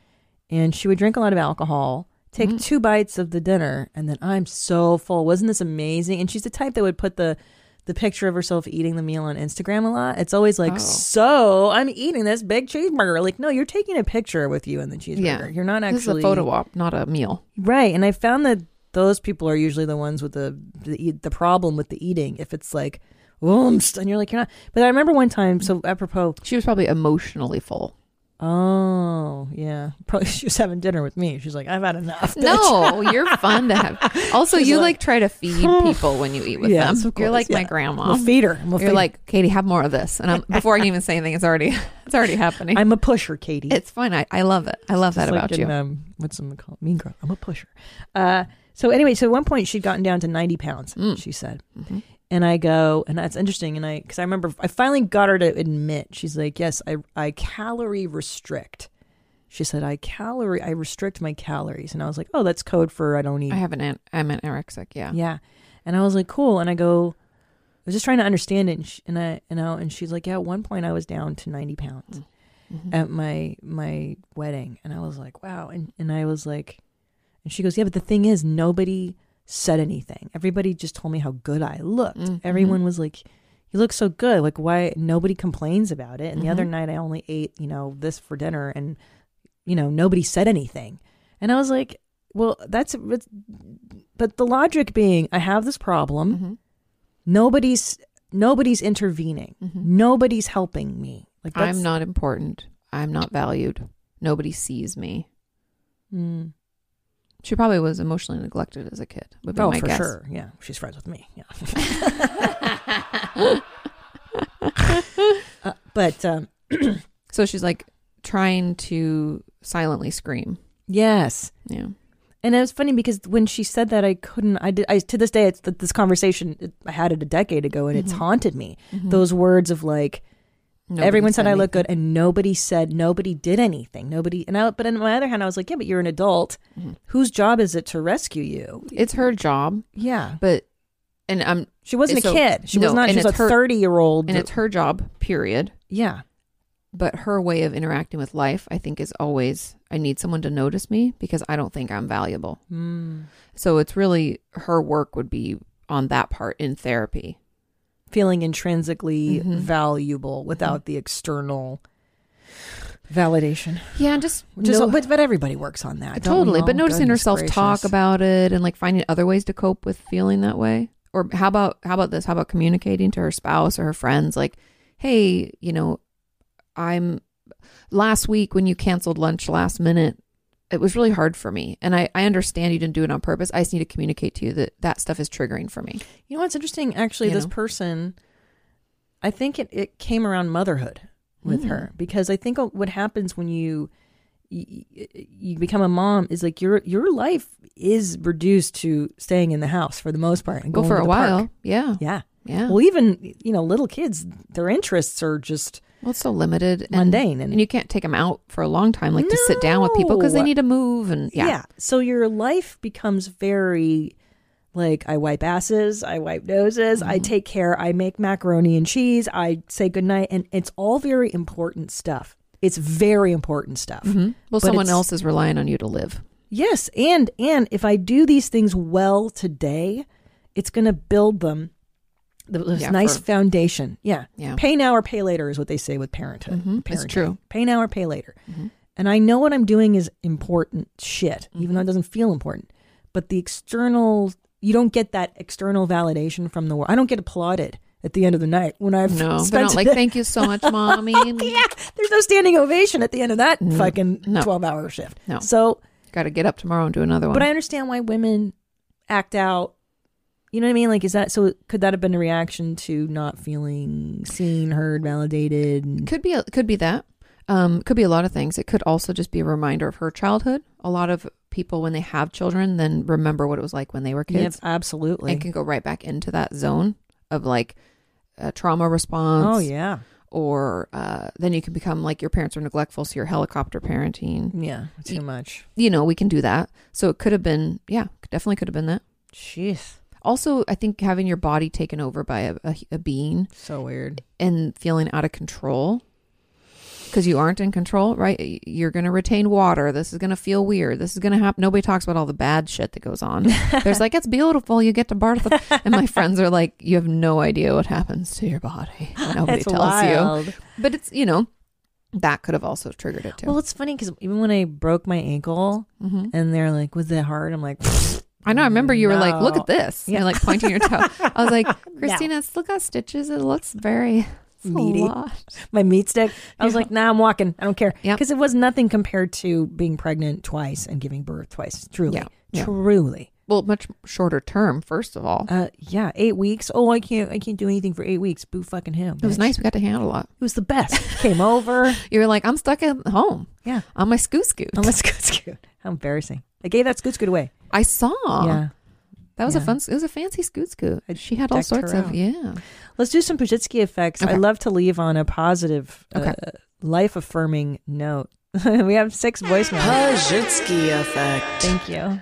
S4: and she would drink a lot of alcohol, take
S8: Mm-hmm.
S4: two bites of the dinner, and then I'm so full. Wasn't this amazing? And she's the type that would put the the picture of herself eating the meal on Instagram a lot. It's always like,
S8: Oh.
S4: so I'm eating this big cheeseburger. Like, no, you're taking a picture with you in the cheeseburger.
S8: yeah
S4: You're not
S8: this is
S4: actually
S8: a photo op not a meal
S4: Right, and I found that those people are usually the ones with the the, eat- the problem with the eating. If it's like, "Oh, I'm st-" and you're like, you're not. But I remember one time. So apropos,
S8: she was probably emotionally full
S4: Oh, yeah. Probably she was having dinner with me. She's like, I've had enough. bitch."
S8: No, you're fun to have. Also, you like, try to feed people when you eat with
S4: Yes,
S8: them.
S4: of
S8: You're
S4: course,
S8: like my
S4: yeah.
S8: grandma.
S4: I'm a feeder. I'm a
S8: You're
S4: feeder.
S8: like Katie, have more of this, and I'm, before I can even say anything, it's already it's already happening.
S4: I'm a pusher, Katie.
S8: it's fun. I, I love it. I love that
S4: Just like
S8: about
S4: in,
S8: you.
S4: Um, what's someone called? Mean girl. I'm a pusher. Uh, so anyway, so at one point she'd gotten down to 90 pounds,
S8: Mm.
S4: she said.
S8: Mm-hmm.
S4: And I go, and that's interesting. And I, because I remember, I finally got her to admit, she's like, yes, I, I calorie restrict. She said, I calorie, I restrict my calories. And I was like, oh, that's code for I don't eat
S8: I have an an- I'm an anorexic. Yeah.
S4: yeah. And I was like, cool. And I go, I was just trying to understand it. And, she, and I, you know, and she's like, yeah, at one point I was down to 90 pounds at my, my wedding. And I was like, wow. And, and I was like, and she goes, yeah, but the thing is nobody said anything. Everybody just told me how good I looked. Everyone was like, you look so good. Like why nobody complains about it. And the other night I only ate, you know, this for dinner and, you know, nobody said anything. And I was like, well, that's, that's but the logic being i have this problem
S8: Mm-hmm.
S4: nobody's nobody's intervening nobody's helping me like Mm-hmm. that's
S8: I'm not important. I'm not valued. Nobody sees me.
S4: Mm.
S8: She probably was emotionally neglected as a kid. Would be
S4: oh
S8: my
S4: for
S8: guess.
S4: sure yeah she's friends with me yeah Uh, but um
S8: So she's like trying to silently scream.
S4: yes
S8: Yeah.
S4: and it was funny because when she said that i couldn't i did i to this day it's th- this conversation it, i had it a decade ago and it's haunted me those words of like
S8: Mm-hmm. Nobody
S4: Everyone said I
S8: anything.
S4: look good, and nobody said nobody did anything. Nobody, and I, but on my other hand, I was like, yeah, but you're an adult.
S8: Mm-hmm.
S4: Whose job is it to rescue you?
S8: It's her job,
S4: Yeah,
S8: but and I'm
S4: she wasn't
S8: So-
S4: a kid. She was
S8: no,
S4: not.
S8: and
S4: She was a
S8: it's her-
S4: thirty year old.
S8: and it's her job. Period.
S4: yeah,
S8: But her way of interacting with life, I think, is always I need someone to notice me because I don't think I'm valuable. Mm. So it's really her work would be on that part in therapy.
S4: feeling intrinsically
S8: Mm-hmm.
S4: valuable without the external validation.
S8: Yeah, and just
S4: Which is,
S8: know-
S4: but, but everybody works on that. don't we
S8: totally.
S4: all?
S8: But noticing
S4: Goodness
S8: herself talk
S4: gracious.
S8: about it and like finding other ways to cope with feeling that way. Or how about how about this? How about communicating to her spouse or her friends like, "Hey, you know, I'm last week when you canceled lunch last minute, it was really hard for me. And I I understand you didn't do it on purpose. I just need to communicate to you that that stuff is triggering for me."
S4: You know what's interesting? Actually,
S8: You
S4: this
S8: know?
S4: person, I think it, it came around motherhood with
S8: Mm.
S4: her because I think what happens when you, you you become a mom is like your your life is reduced to staying in the house for the most part and
S8: Go
S4: going
S8: for
S4: to
S8: a
S4: the
S8: while.
S4: park.
S8: Yeah.
S4: Yeah.
S8: Yeah.
S4: Well, even you know little kids, their interests are just
S8: Well, it's so limited and
S4: Mundane and-
S8: and, you can't take them out for a long time like to sit down with people because they
S4: No.
S8: need to move and
S4: yeah. So your life becomes very like I wipe asses, I wipe noses, I take care, I make macaroni and cheese, I say goodnight, and it's all very important stuff. It's very important stuff.
S8: Well,
S4: But
S8: someone
S4: it's-
S8: else is relying on you to live.
S4: Yes, and and if I do these things well today, it's going to build them the this
S8: Yeah,
S4: nice
S8: for-
S4: foundation. Yeah.
S8: Yeah.
S4: Pay now or pay later is what they say with parenthood.
S8: it's
S4: Parenting.
S8: true. Mm-hmm.
S4: Pay now or pay later. And I know what I'm doing is important shit,
S8: Mm-hmm.
S4: even though it doesn't feel important. But the external, you don't get that external validation from the world. I don't get applauded at the end of the night when I've
S8: No,
S4: spent
S8: they're not like,
S4: it-
S8: thank you so much, mommy. and
S4: yeah, there's no standing ovation at the end of that fucking
S8: No.
S4: 12 hour shift.
S8: No.
S4: So
S8: Got to get up tomorrow and do another one.
S4: but I understand why women act out. You know what I mean? Like, is that so? Could that have been a reaction to not feeling seen, heard, validated? and-
S8: could be a, could be that. Um, could be a lot of things. It could also just be a reminder of her childhood. A lot of people, when they have children, then remember what it was like when they were kids,
S4: Yeah, absolutely.
S8: and can go right back into that zone of like a trauma response.
S4: oh yeah,
S8: Or uh, then you can become like your parents are neglectful, so you're helicopter parenting.
S4: yeah. Too much.
S8: You know, we can do that. So it could have been, yeah, definitely could have been that.
S4: Jeez,
S8: also i think having your body taken over by a, a, a being
S4: so weird.
S8: and feeling out of control because you aren't in control right you're going to retain water this is going to feel weird this is going to happen nobody talks about all the bad shit that goes on there's like it's beautiful you get to birth and my friends are like you have no idea what happens to your body nobody
S4: That's
S8: tells
S4: wild.
S8: you but it's you know that could have also triggered it too Mm-hmm.
S4: Well, it's funny because even when I broke my ankle, and they're like, "Was that hard?" I'm like,
S8: I know. I remember you were like, "Look
S4: No.
S8: at this," yeah.
S4: Yeah.
S8: like pointing your toe. I was like, "Christina, look at stitches. It looks very
S4: meaty.
S8: lot.
S4: my meat stick. I was like, nah, I'm walking. I don't care.
S8: Yep.
S4: Because it was nothing compared to being pregnant twice and giving birth twice. Truly.
S8: Yeah, yeah.
S4: Truly.
S8: Well, much shorter term, first of all.
S4: Uh, yeah. Eight weeks. Oh, I can't I can't do anything for eight weeks. Boo fucking him.
S8: it was nice. We got to hang out a lot.
S4: It was the best. Came over.
S8: You were like, I'm stuck at home
S4: Yeah.
S8: on my scoot scoot.
S4: On my scoot scoot. How embarrassing. I gave that scoot scoot away.
S8: I saw.
S4: Yeah.
S8: That was a
S4: Yeah.
S8: fun. It was a fancy scoot scoot.
S4: I
S8: She had all
S4: decked her
S8: sorts of
S4: out.
S8: yeah.
S4: Let's do some Pajitsky effects. I
S8: Okay.
S4: love to leave on a positive,
S8: Okay.
S4: uh, life affirming note. we have six voicemails.
S9: Pajitsky effect.
S4: Thank you.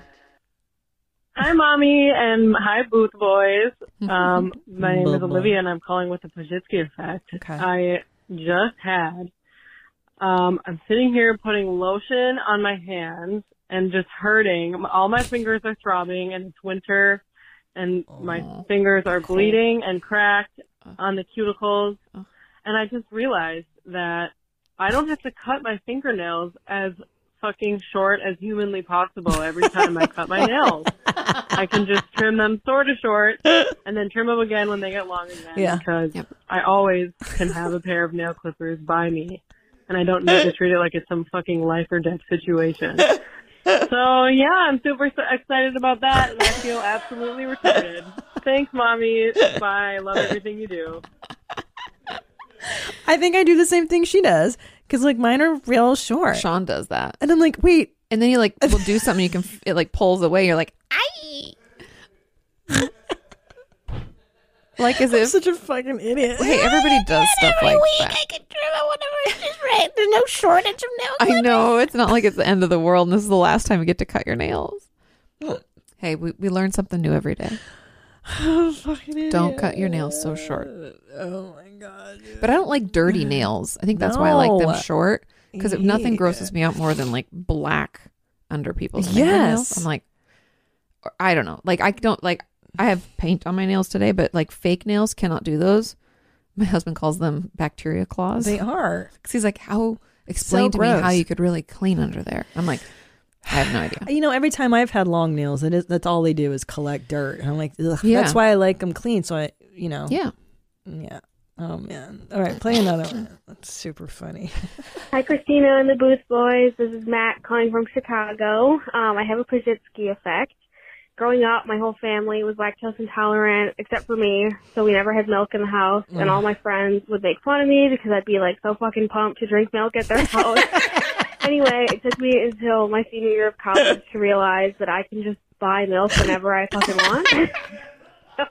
S11: Hi, mommy, and hi, booth boys. Um, my name
S4: Boo
S11: is
S4: boy.
S11: Olivia, and I'm calling with the Pajitsky effect.
S4: Okay.
S11: I just had. Um, I'm sitting here putting lotion on my hands and just hurting. All my fingers are throbbing, and it's winter, and my fingers are bleeding and cracked
S4: Uh.
S11: on the cuticles. And I just realized that I don't have to cut my fingernails as fucking short as humanly possible every time I cut my nails. I can just trim them sort of short and then trim them again when they get long again
S4: Yeah.
S11: because
S8: Yep.
S11: I always can have a pair of nail clippers by me and I don't need to treat it like it's some fucking life or death situation. So yeah, I'm super s- excited about that and I feel absolutely retarded. Thanks, mommy. Bye. I love everything you do.
S4: I think I do the same thing she does because like mine are real short,
S8: Sean does that,
S4: and I'm like, wait,
S8: and then you like will do something. You can f- it like pulls away. You're like, I. like as
S4: I'm
S8: if
S4: such a fucking idiot.
S8: hey, everybody does stuff like that.
S3: I can trim it whenever it's right. There's no shortage of nails.
S8: I know it's not like it's the end of the world, and this is the last time you get to cut your nails. Hey, we, we learn something new every day. Don't cut your nails so short.
S4: Oh my god.
S8: But I don't like dirty nails. I think that's why I like
S4: Mm. No.
S8: them short because nothing
S4: Yeah.
S8: grosses me out more than like black under people's
S4: Yes.
S8: fingernails. I'm like, or- I don't know. Like I don't like. I have paint on my nails today, but like fake nails cannot do those. My husband calls them bacteria claws.
S4: They are.
S8: 'Cause he's like, how explain to me how
S4: gross.
S8: you could really clean under there? I'm like, I have no idea.
S4: You know, every time I've had long nails, it is, that's all they do is collect dirt, and I'm like, Ugh,
S8: Yeah.
S4: that's why I like them clean. So I, you know,
S8: Yeah.
S4: yeah. Oh man. All right, play another one. That's super funny.
S9: Hi, Christina and the Booth Boys. This is Matt calling from Chicago. Um, I have a Pajitsky effect. Growing up, my whole family was lactose intolerant, except for me, so we never had milk in the house. And all my friends would make fun of me because I'd be like so fucking pumped to drink milk at their house. anyway, it took me until my senior year of college to realize that I can just buy milk whenever I fucking want. So,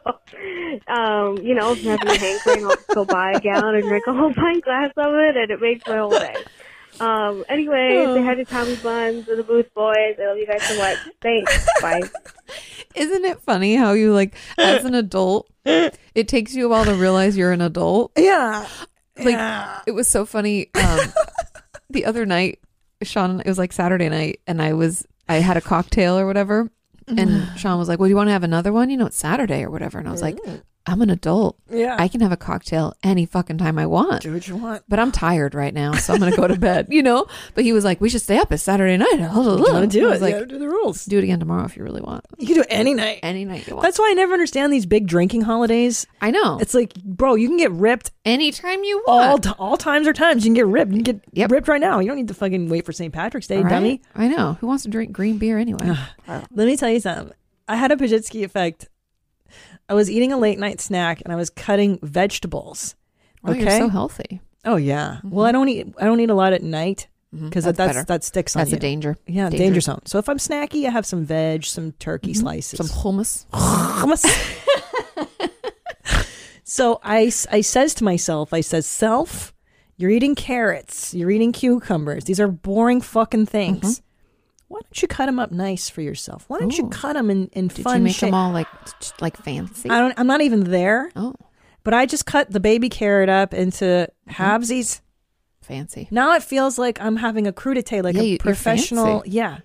S9: um, you know, if I'm having a hankering, I'll just go buy a gallon and drink a whole pint glass of it, and it makes my whole day. Um, anyway, they had to Tommy Buns and the Booth Boys. I love you guys so much. Thanks. Bye.
S8: Isn't it funny how you like as an adult, it takes you a while to realize you're an adult.
S4: Yeah.
S8: like it was so funny um the other night sean it was like saturday night and i was i had a cocktail or whatever and
S4: Mm-hmm.
S8: sean was like well do you want to have another one you know it's saturday or whatever and i was like i'm an adult
S4: Yeah.
S8: i can have a cocktail any fucking time i want
S4: do what you want.
S8: but i'm tired right now so i'm gonna go to bed you know but he was like we should stay up it's saturday night i
S4: Gotta do
S8: was
S4: it.
S8: like
S4: yeah, do the rules.
S8: do it again tomorrow if you really want
S4: You can do it any night.
S8: any night you want
S4: That's why I never understand these big drinking holidays.
S8: i know it's
S4: It's like, bro, you can get ripped
S8: anytime you want
S4: all t- all times are times. You can get ripped. You can get
S8: Yep.
S4: ripped right now. You don't need to fucking wait for St. Patrick's Day,
S8: All right?
S4: dummy.
S8: i know who wants to drink green beer anyway
S4: Let me tell you something. I had a Pajitsky effect. I was eating a late night snack and I was cutting vegetables.
S8: oh, you're
S4: okay.
S8: so healthy
S4: Oh yeah. Well, I don't eat. I don't eat a lot at night because
S8: Mm-hmm. That's
S4: that that's,
S8: better.
S4: that sticks on
S8: That's
S4: you.
S8: a danger. Mm-hmm.
S4: Yeah, danger. zone. So if I'm snacky, I have some veg, some turkey slices,
S8: Some hummus.
S4: hummus. so I, s- I says to myself, I says, self, you're eating carrots, you're eating cucumbers. These are boring fucking things. Why don't you cut them up nice for yourself? Why don't you
S8: Mm-hmm. Ooh.
S4: cut them in, in
S8: Did
S4: fun
S8: you make
S4: shape?
S8: them all like t- t- like fancy?
S4: I don't. I'm not even there,
S8: oh,
S4: but I just cut the baby carrot up into
S8: Mm-hmm.
S4: halvesies.
S8: fancy.
S4: Now it feels like I'm having a crudité, like
S8: Yeah, you-
S4: a
S8: you're
S4: professional.
S8: fancy.
S4: Yeah,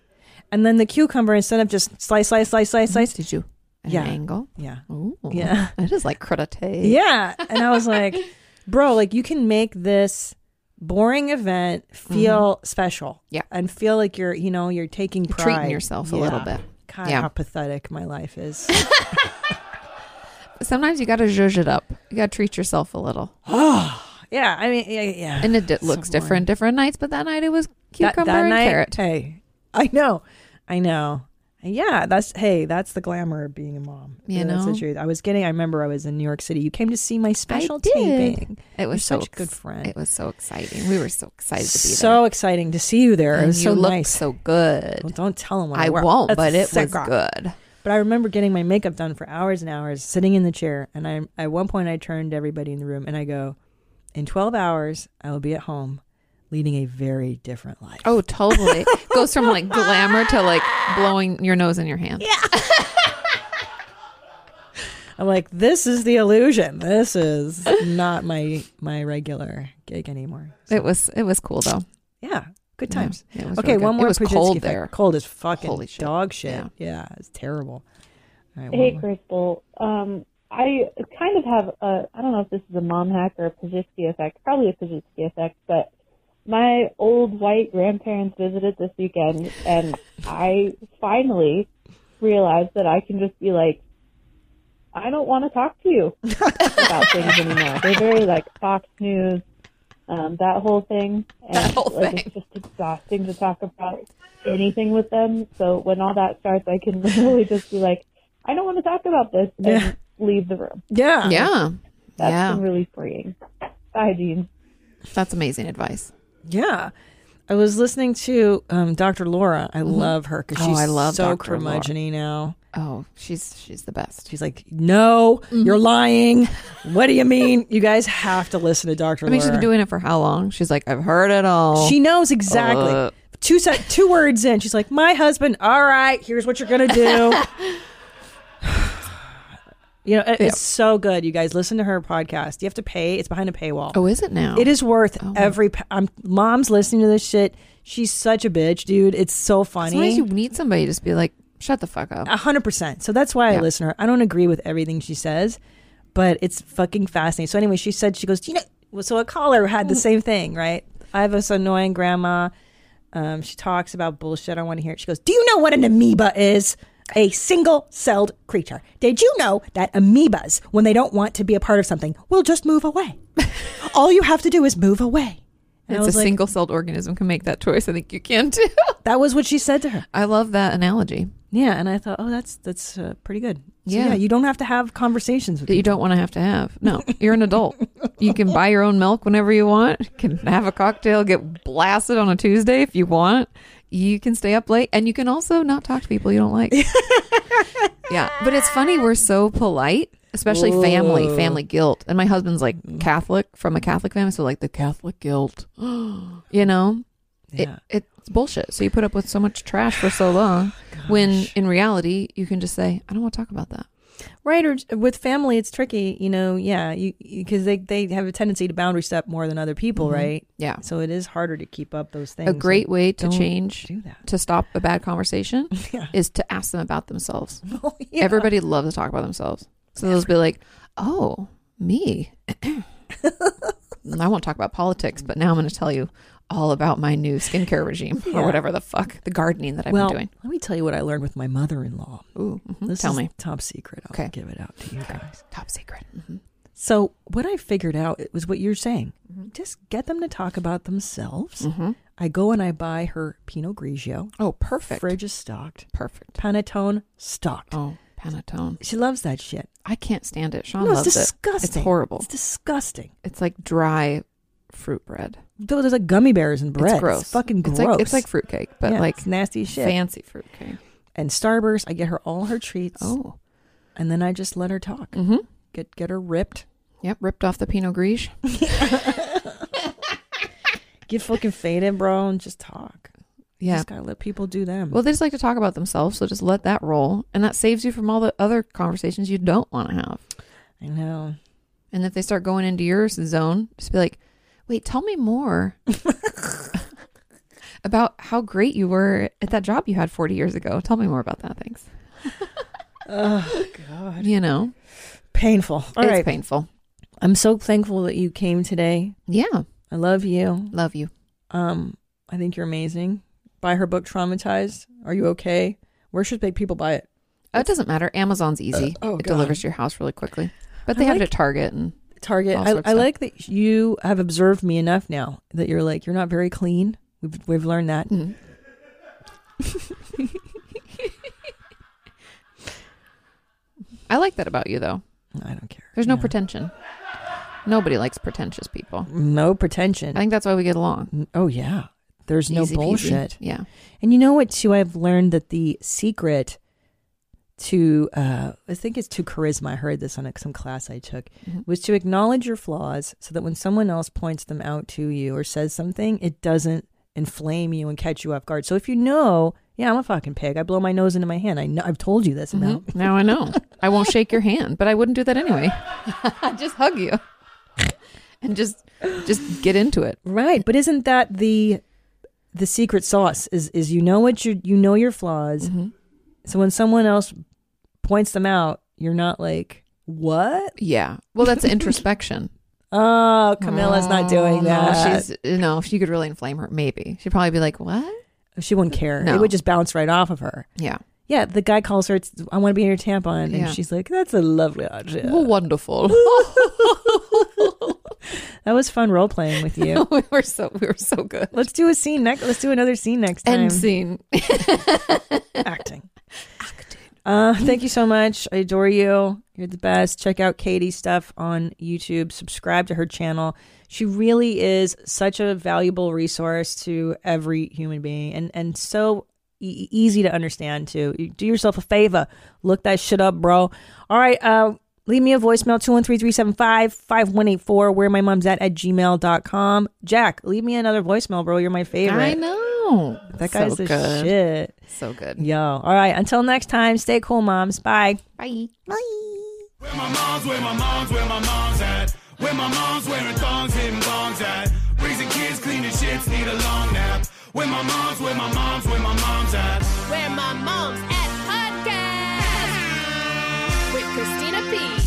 S4: and then the cucumber instead of just slice, slice, slice, slice, slice.
S8: Did you? At
S4: Yeah.
S8: An angle.
S4: Yeah,
S8: Ooh.
S4: Yeah.
S8: That is like crudité.
S4: Yeah. And I was like, bro, like you can make this boring event feel special.
S8: Mm-hmm. Yeah.
S4: And feel like you're, you know, you're taking pride.
S8: treating yourself a little
S4: Yeah.
S8: bit.
S4: God,
S8: Yeah.
S4: how pathetic my life is.
S8: Sometimes you got to zhuzh it up. You got to treat yourself a little.
S4: Yeah, I mean, yeah, yeah.
S8: And it, it looks
S4: Someone-
S8: different different nights, but that night it was
S4: That-
S8: cucumber
S4: that
S8: and
S4: night-
S8: carrot.
S4: Hey, I know, I know. Yeah, that's hey, that's the glamour of being a mom.
S8: You
S4: Yeah, that's the
S8: know?
S4: truth. I was getting. I remember I was in New York City. You came to see my special
S8: did.
S4: taping.
S8: It was so
S4: You're such a good friend.
S8: It was so exciting. We were so excited to be
S4: so exciting to see you there.
S8: And
S4: it was
S8: you
S4: so
S8: looked
S4: nice.
S8: so good.
S4: Well, don't tell him. What
S8: I
S4: wore.
S8: won't, but it
S4: sick
S8: was good.
S4: But I remember getting my makeup done for hours and hours, sitting in the chair, and I at one point I turned to everybody in the room and I go, "In twelve hours, I will be at home, leading a very different life."
S8: Oh, totally. Goes from like glamour to like blowing your nose in your hand. Yeah.
S4: I'm like, this is the illusion. This is not my my regular gig anymore.
S8: It was it was cool though.
S4: Yeah, good
S8: Yeah,
S4: times.
S8: it was
S4: okay,
S8: really good.
S4: one
S8: It
S4: more.
S8: was
S4: Pudzinski
S8: cold
S4: fact.
S8: there.
S4: Cold as fucking
S8: Holy shit.
S4: dog shit.
S8: Yeah.
S4: Yeah, it's terrible. All right,
S12: Hey,
S8: Uh-huh.
S4: one more.
S12: Crystal. Um, I kind of have a, I don't know if this is a mom hack or a Pajitsky effect, probably a Pajitsky effect, but my old white grandparents visited this weekend and I finally realized that I can just be like, I don't want to talk to you about things anymore. They're very like Fox News, um, that whole thing. And
S8: That whole
S12: like, it's just exhausting to talk about anything with them. So when all that starts, I can literally just be like, I don't want to talk about this and
S8: Yeah.
S12: leave the room.
S4: Yeah.
S8: Yeah.
S12: That's
S8: yeah.
S12: been really freeing. Bye, Dean.
S8: That's amazing advice.
S4: Yeah. I was listening to um, Dr. Laura. I love her because
S8: Oh,
S4: she's
S8: I love
S4: so
S8: Dr. Laura.
S4: curmudgeon now.
S8: Oh, she's she's the best.
S4: She's like, no,
S8: Mm-hmm.
S4: you're lying. What do you mean? You guys have to listen to Dr.
S8: I mean,
S4: Laura.
S8: she's been doing it for how long? She's like, I've heard it all.
S4: She knows exactly.
S8: Uh,
S4: two se- two words in, she's like, "My husband. All right, here's what you're gonna do." you know, it-
S8: Yeah.
S4: it's so good. You guys listen to her podcast. You have to pay. It's behind a paywall.
S8: oh, is it now?
S4: It is worth every. Pa- I'm, mom's listening to this shit. She's such a bitch, dude. It's so
S8: Sometimes
S4: funny.
S8: you need somebody to just be like, shut the fuck up.
S4: A hundred percent. So that's why
S8: Yeah.
S4: I listen to her. I don't agree with everything she says, but it's fucking fascinating. So anyway, she said she goes, "Do you know?" well, So a caller
S8: Oh.
S4: had the same thing, right? I have this annoying grandma. Um, she talks about bullshit. I don't want to hear it. She goes, "Do you know what an amoeba is?" A single-celled creature. Did you know that amoebas, when they don't want to be a part of something, will just move away? All you have to do is move away. And I
S8: it's a
S4: was like-
S8: single-celled organism can make that choice. I think you can too.
S4: That was what she said to her.
S8: I love that analogy.
S4: Yeah, and I thought, oh, that's that's uh, pretty good. So,
S8: Yeah.
S4: yeah, you don't have to have conversations with
S8: that you don't want to have to have. No, you're an adult. you can buy your own milk whenever you want. You can have a cocktail, get blasted on a Tuesday if you want. You can stay up late, and you can also not talk to people you don't like. yeah, but it's funny we're so polite, especially family,
S4: Whoa.
S8: family guilt. And my husband's like Catholic from a Catholic family, so like the Catholic guilt, you know.
S4: Yeah.
S8: It, it's bullshit. So you put up with so much trash for so long, when in reality you can just say, "I don't want to talk about that."
S4: Right, or j- with family, it's tricky. You know, yeah, you because they they have a tendency to boundary step more than other people,
S8: Mhm.
S4: right?
S8: Yeah.
S4: So it is harder to keep up those things.
S8: a great
S4: Like,
S8: way to
S4: don't
S8: change
S4: Do that.
S8: to stop a bad conversation is to ask them about themselves.
S4: Oh,
S8: Everybody loves to talk about themselves, so they'll just be like, "Oh, me." I won't talk about politics, but now I'm going to tell you all about my new skincare regime or
S4: Yeah.
S8: whatever the fuck the gardening that I've
S4: well,
S8: been doing.
S4: let me tell you what I learned with my mother-in-law.
S8: Ooh, mhm,
S4: This
S8: tell
S4: is
S8: me.
S4: top secret. I'll
S8: Okay.
S4: give it out to you guys.
S8: Top secret.
S4: Mm-hmm.
S8: Mhm.
S4: So what I figured out it was what you're saying.
S8: Mm-hmm.
S4: Just get them to talk about themselves.
S8: Mhm.
S4: I go and I buy her Pinot Grigio.
S8: Oh, perfect.
S4: Fridge is stocked.
S8: Perfect.
S4: Panettone stocked.
S8: Oh, Panettone.
S4: She loves that shit.
S8: I can't stand it. Sean
S4: no, it's
S8: loves
S4: disgusting.
S8: it. It's horrible.
S4: It's disgusting.
S8: It's like dry fruit bread.
S4: Though there's like gummy bears and bread.
S8: It's gross.
S4: fucking gross.
S8: It's like, it's like fruitcake, but
S4: Yeah,
S8: like
S4: it's nasty shit.
S8: Fancy fruitcake.
S4: and Starburst, I get her all her treats.
S8: Oh,
S4: And then I just let her talk.
S8: mm-hmm.
S4: Get get her ripped.
S8: Yep, ripped off the Pinot Grigio.
S4: Get fucking faded, bro, and just talk. You
S8: Yeah.
S4: Just gotta let people do them.
S8: Well, they just like to talk about themselves, so just let that roll, and that saves you from all the other conversations you don't want to have.
S4: I know.
S8: And if they start going into your zone, just be like, "Wait, tell me more about how great you were at that job you had 40 years ago. Tell me more about that, thanks."
S4: Oh God.
S8: You know,
S4: Painful. All
S8: it's
S4: right.
S8: painful.
S4: I'm so thankful that you came today.
S8: Yeah,
S4: I love you.
S8: love you.
S4: Um, I think you're amazing. Buy her book, Traumatized. Are you okay? Where should big people buy it?
S8: Oh, it doesn't matter. Amazon's easy.
S4: Uh, oh,
S8: it
S4: God.
S8: delivers to your house really quickly. But
S4: I
S8: they have
S4: like-
S8: it at Target and
S4: Target.
S8: All
S4: I,
S8: sorts
S4: I
S8: of
S4: like that you have observed me enough now that you're like you're not very clean. We've we've learned that.
S8: mm-hmm. I like that about you, though.
S4: I don't care.
S8: There's no pretension. Nobody likes pretentious people.
S4: No pretension.
S8: I think that's why we get along.
S4: Oh yeah. There's no
S8: Easy peasy.
S4: bullshit.
S8: Yeah.
S4: And you know what? Too, I've learned that the secret to uh, I think it's to charisma. I heard this on a- some class I took
S8: Mhm.
S4: was to acknowledge your flaws so that when someone else points them out to you or says something, it doesn't inflame you and catch you off guard. So if you know, yeah, I'm a fucking pig. I blow my nose into my hand. I know, I've told you this amount.
S8: Now I know. I won't shake your hand, but I wouldn't do that anyway. just hug you and just just get into it.
S4: Right, but isn't that the the secret sauce? Is is you know what you you know your flaws, so when someone else points them out, you're not like what?
S8: Yeah. Well, that's introspection.
S4: Oh, Camilla's not doing
S8: Oh, no,
S4: that.
S8: She's no. If she could really inflame her, maybe she'd probably be like, "What?"
S4: She wouldn't care.
S8: No.
S4: It would just bounce right off of her.
S8: Yeah.
S4: Yeah, the guy calls her. It's, I want to be in your tampon, and
S8: Yeah.
S4: she's like, "That's a lovely idea."
S8: Well, wonderful.
S4: that was fun role playing with you.
S8: we were so we were so good.
S4: Let's do a scene next. Let's do another scene next time.
S8: End scene.
S4: Acting. Uh, thank you so much. I adore you. You're the best. Check out Katie's stuff on YouTube. Subscribe to her channel. She really is such a valuable resource to every human being, and and so e- easy to understand too. You do yourself a favor. Look that shit up, bro. All right. Uh, leave me a voicemail 213-375-5184 where my mom's at at gmail.com jack leave me another voicemail bro you're my favorite
S8: I know.
S4: that
S8: So
S4: guy's the
S8: good.
S4: shit
S8: So good.
S4: Yo. All right. Until next time, stay cool, moms. Bye.
S8: Bye.
S2: Where my mom's, where my mom's, where my mom's at. Where my mom's wearing thongs, hitting bongs at. Raising kids, cleaning shits, need a long nap. Where my mom's, where my mom's, where my mom's at.
S13: Where my mom's at podcast with Christina P.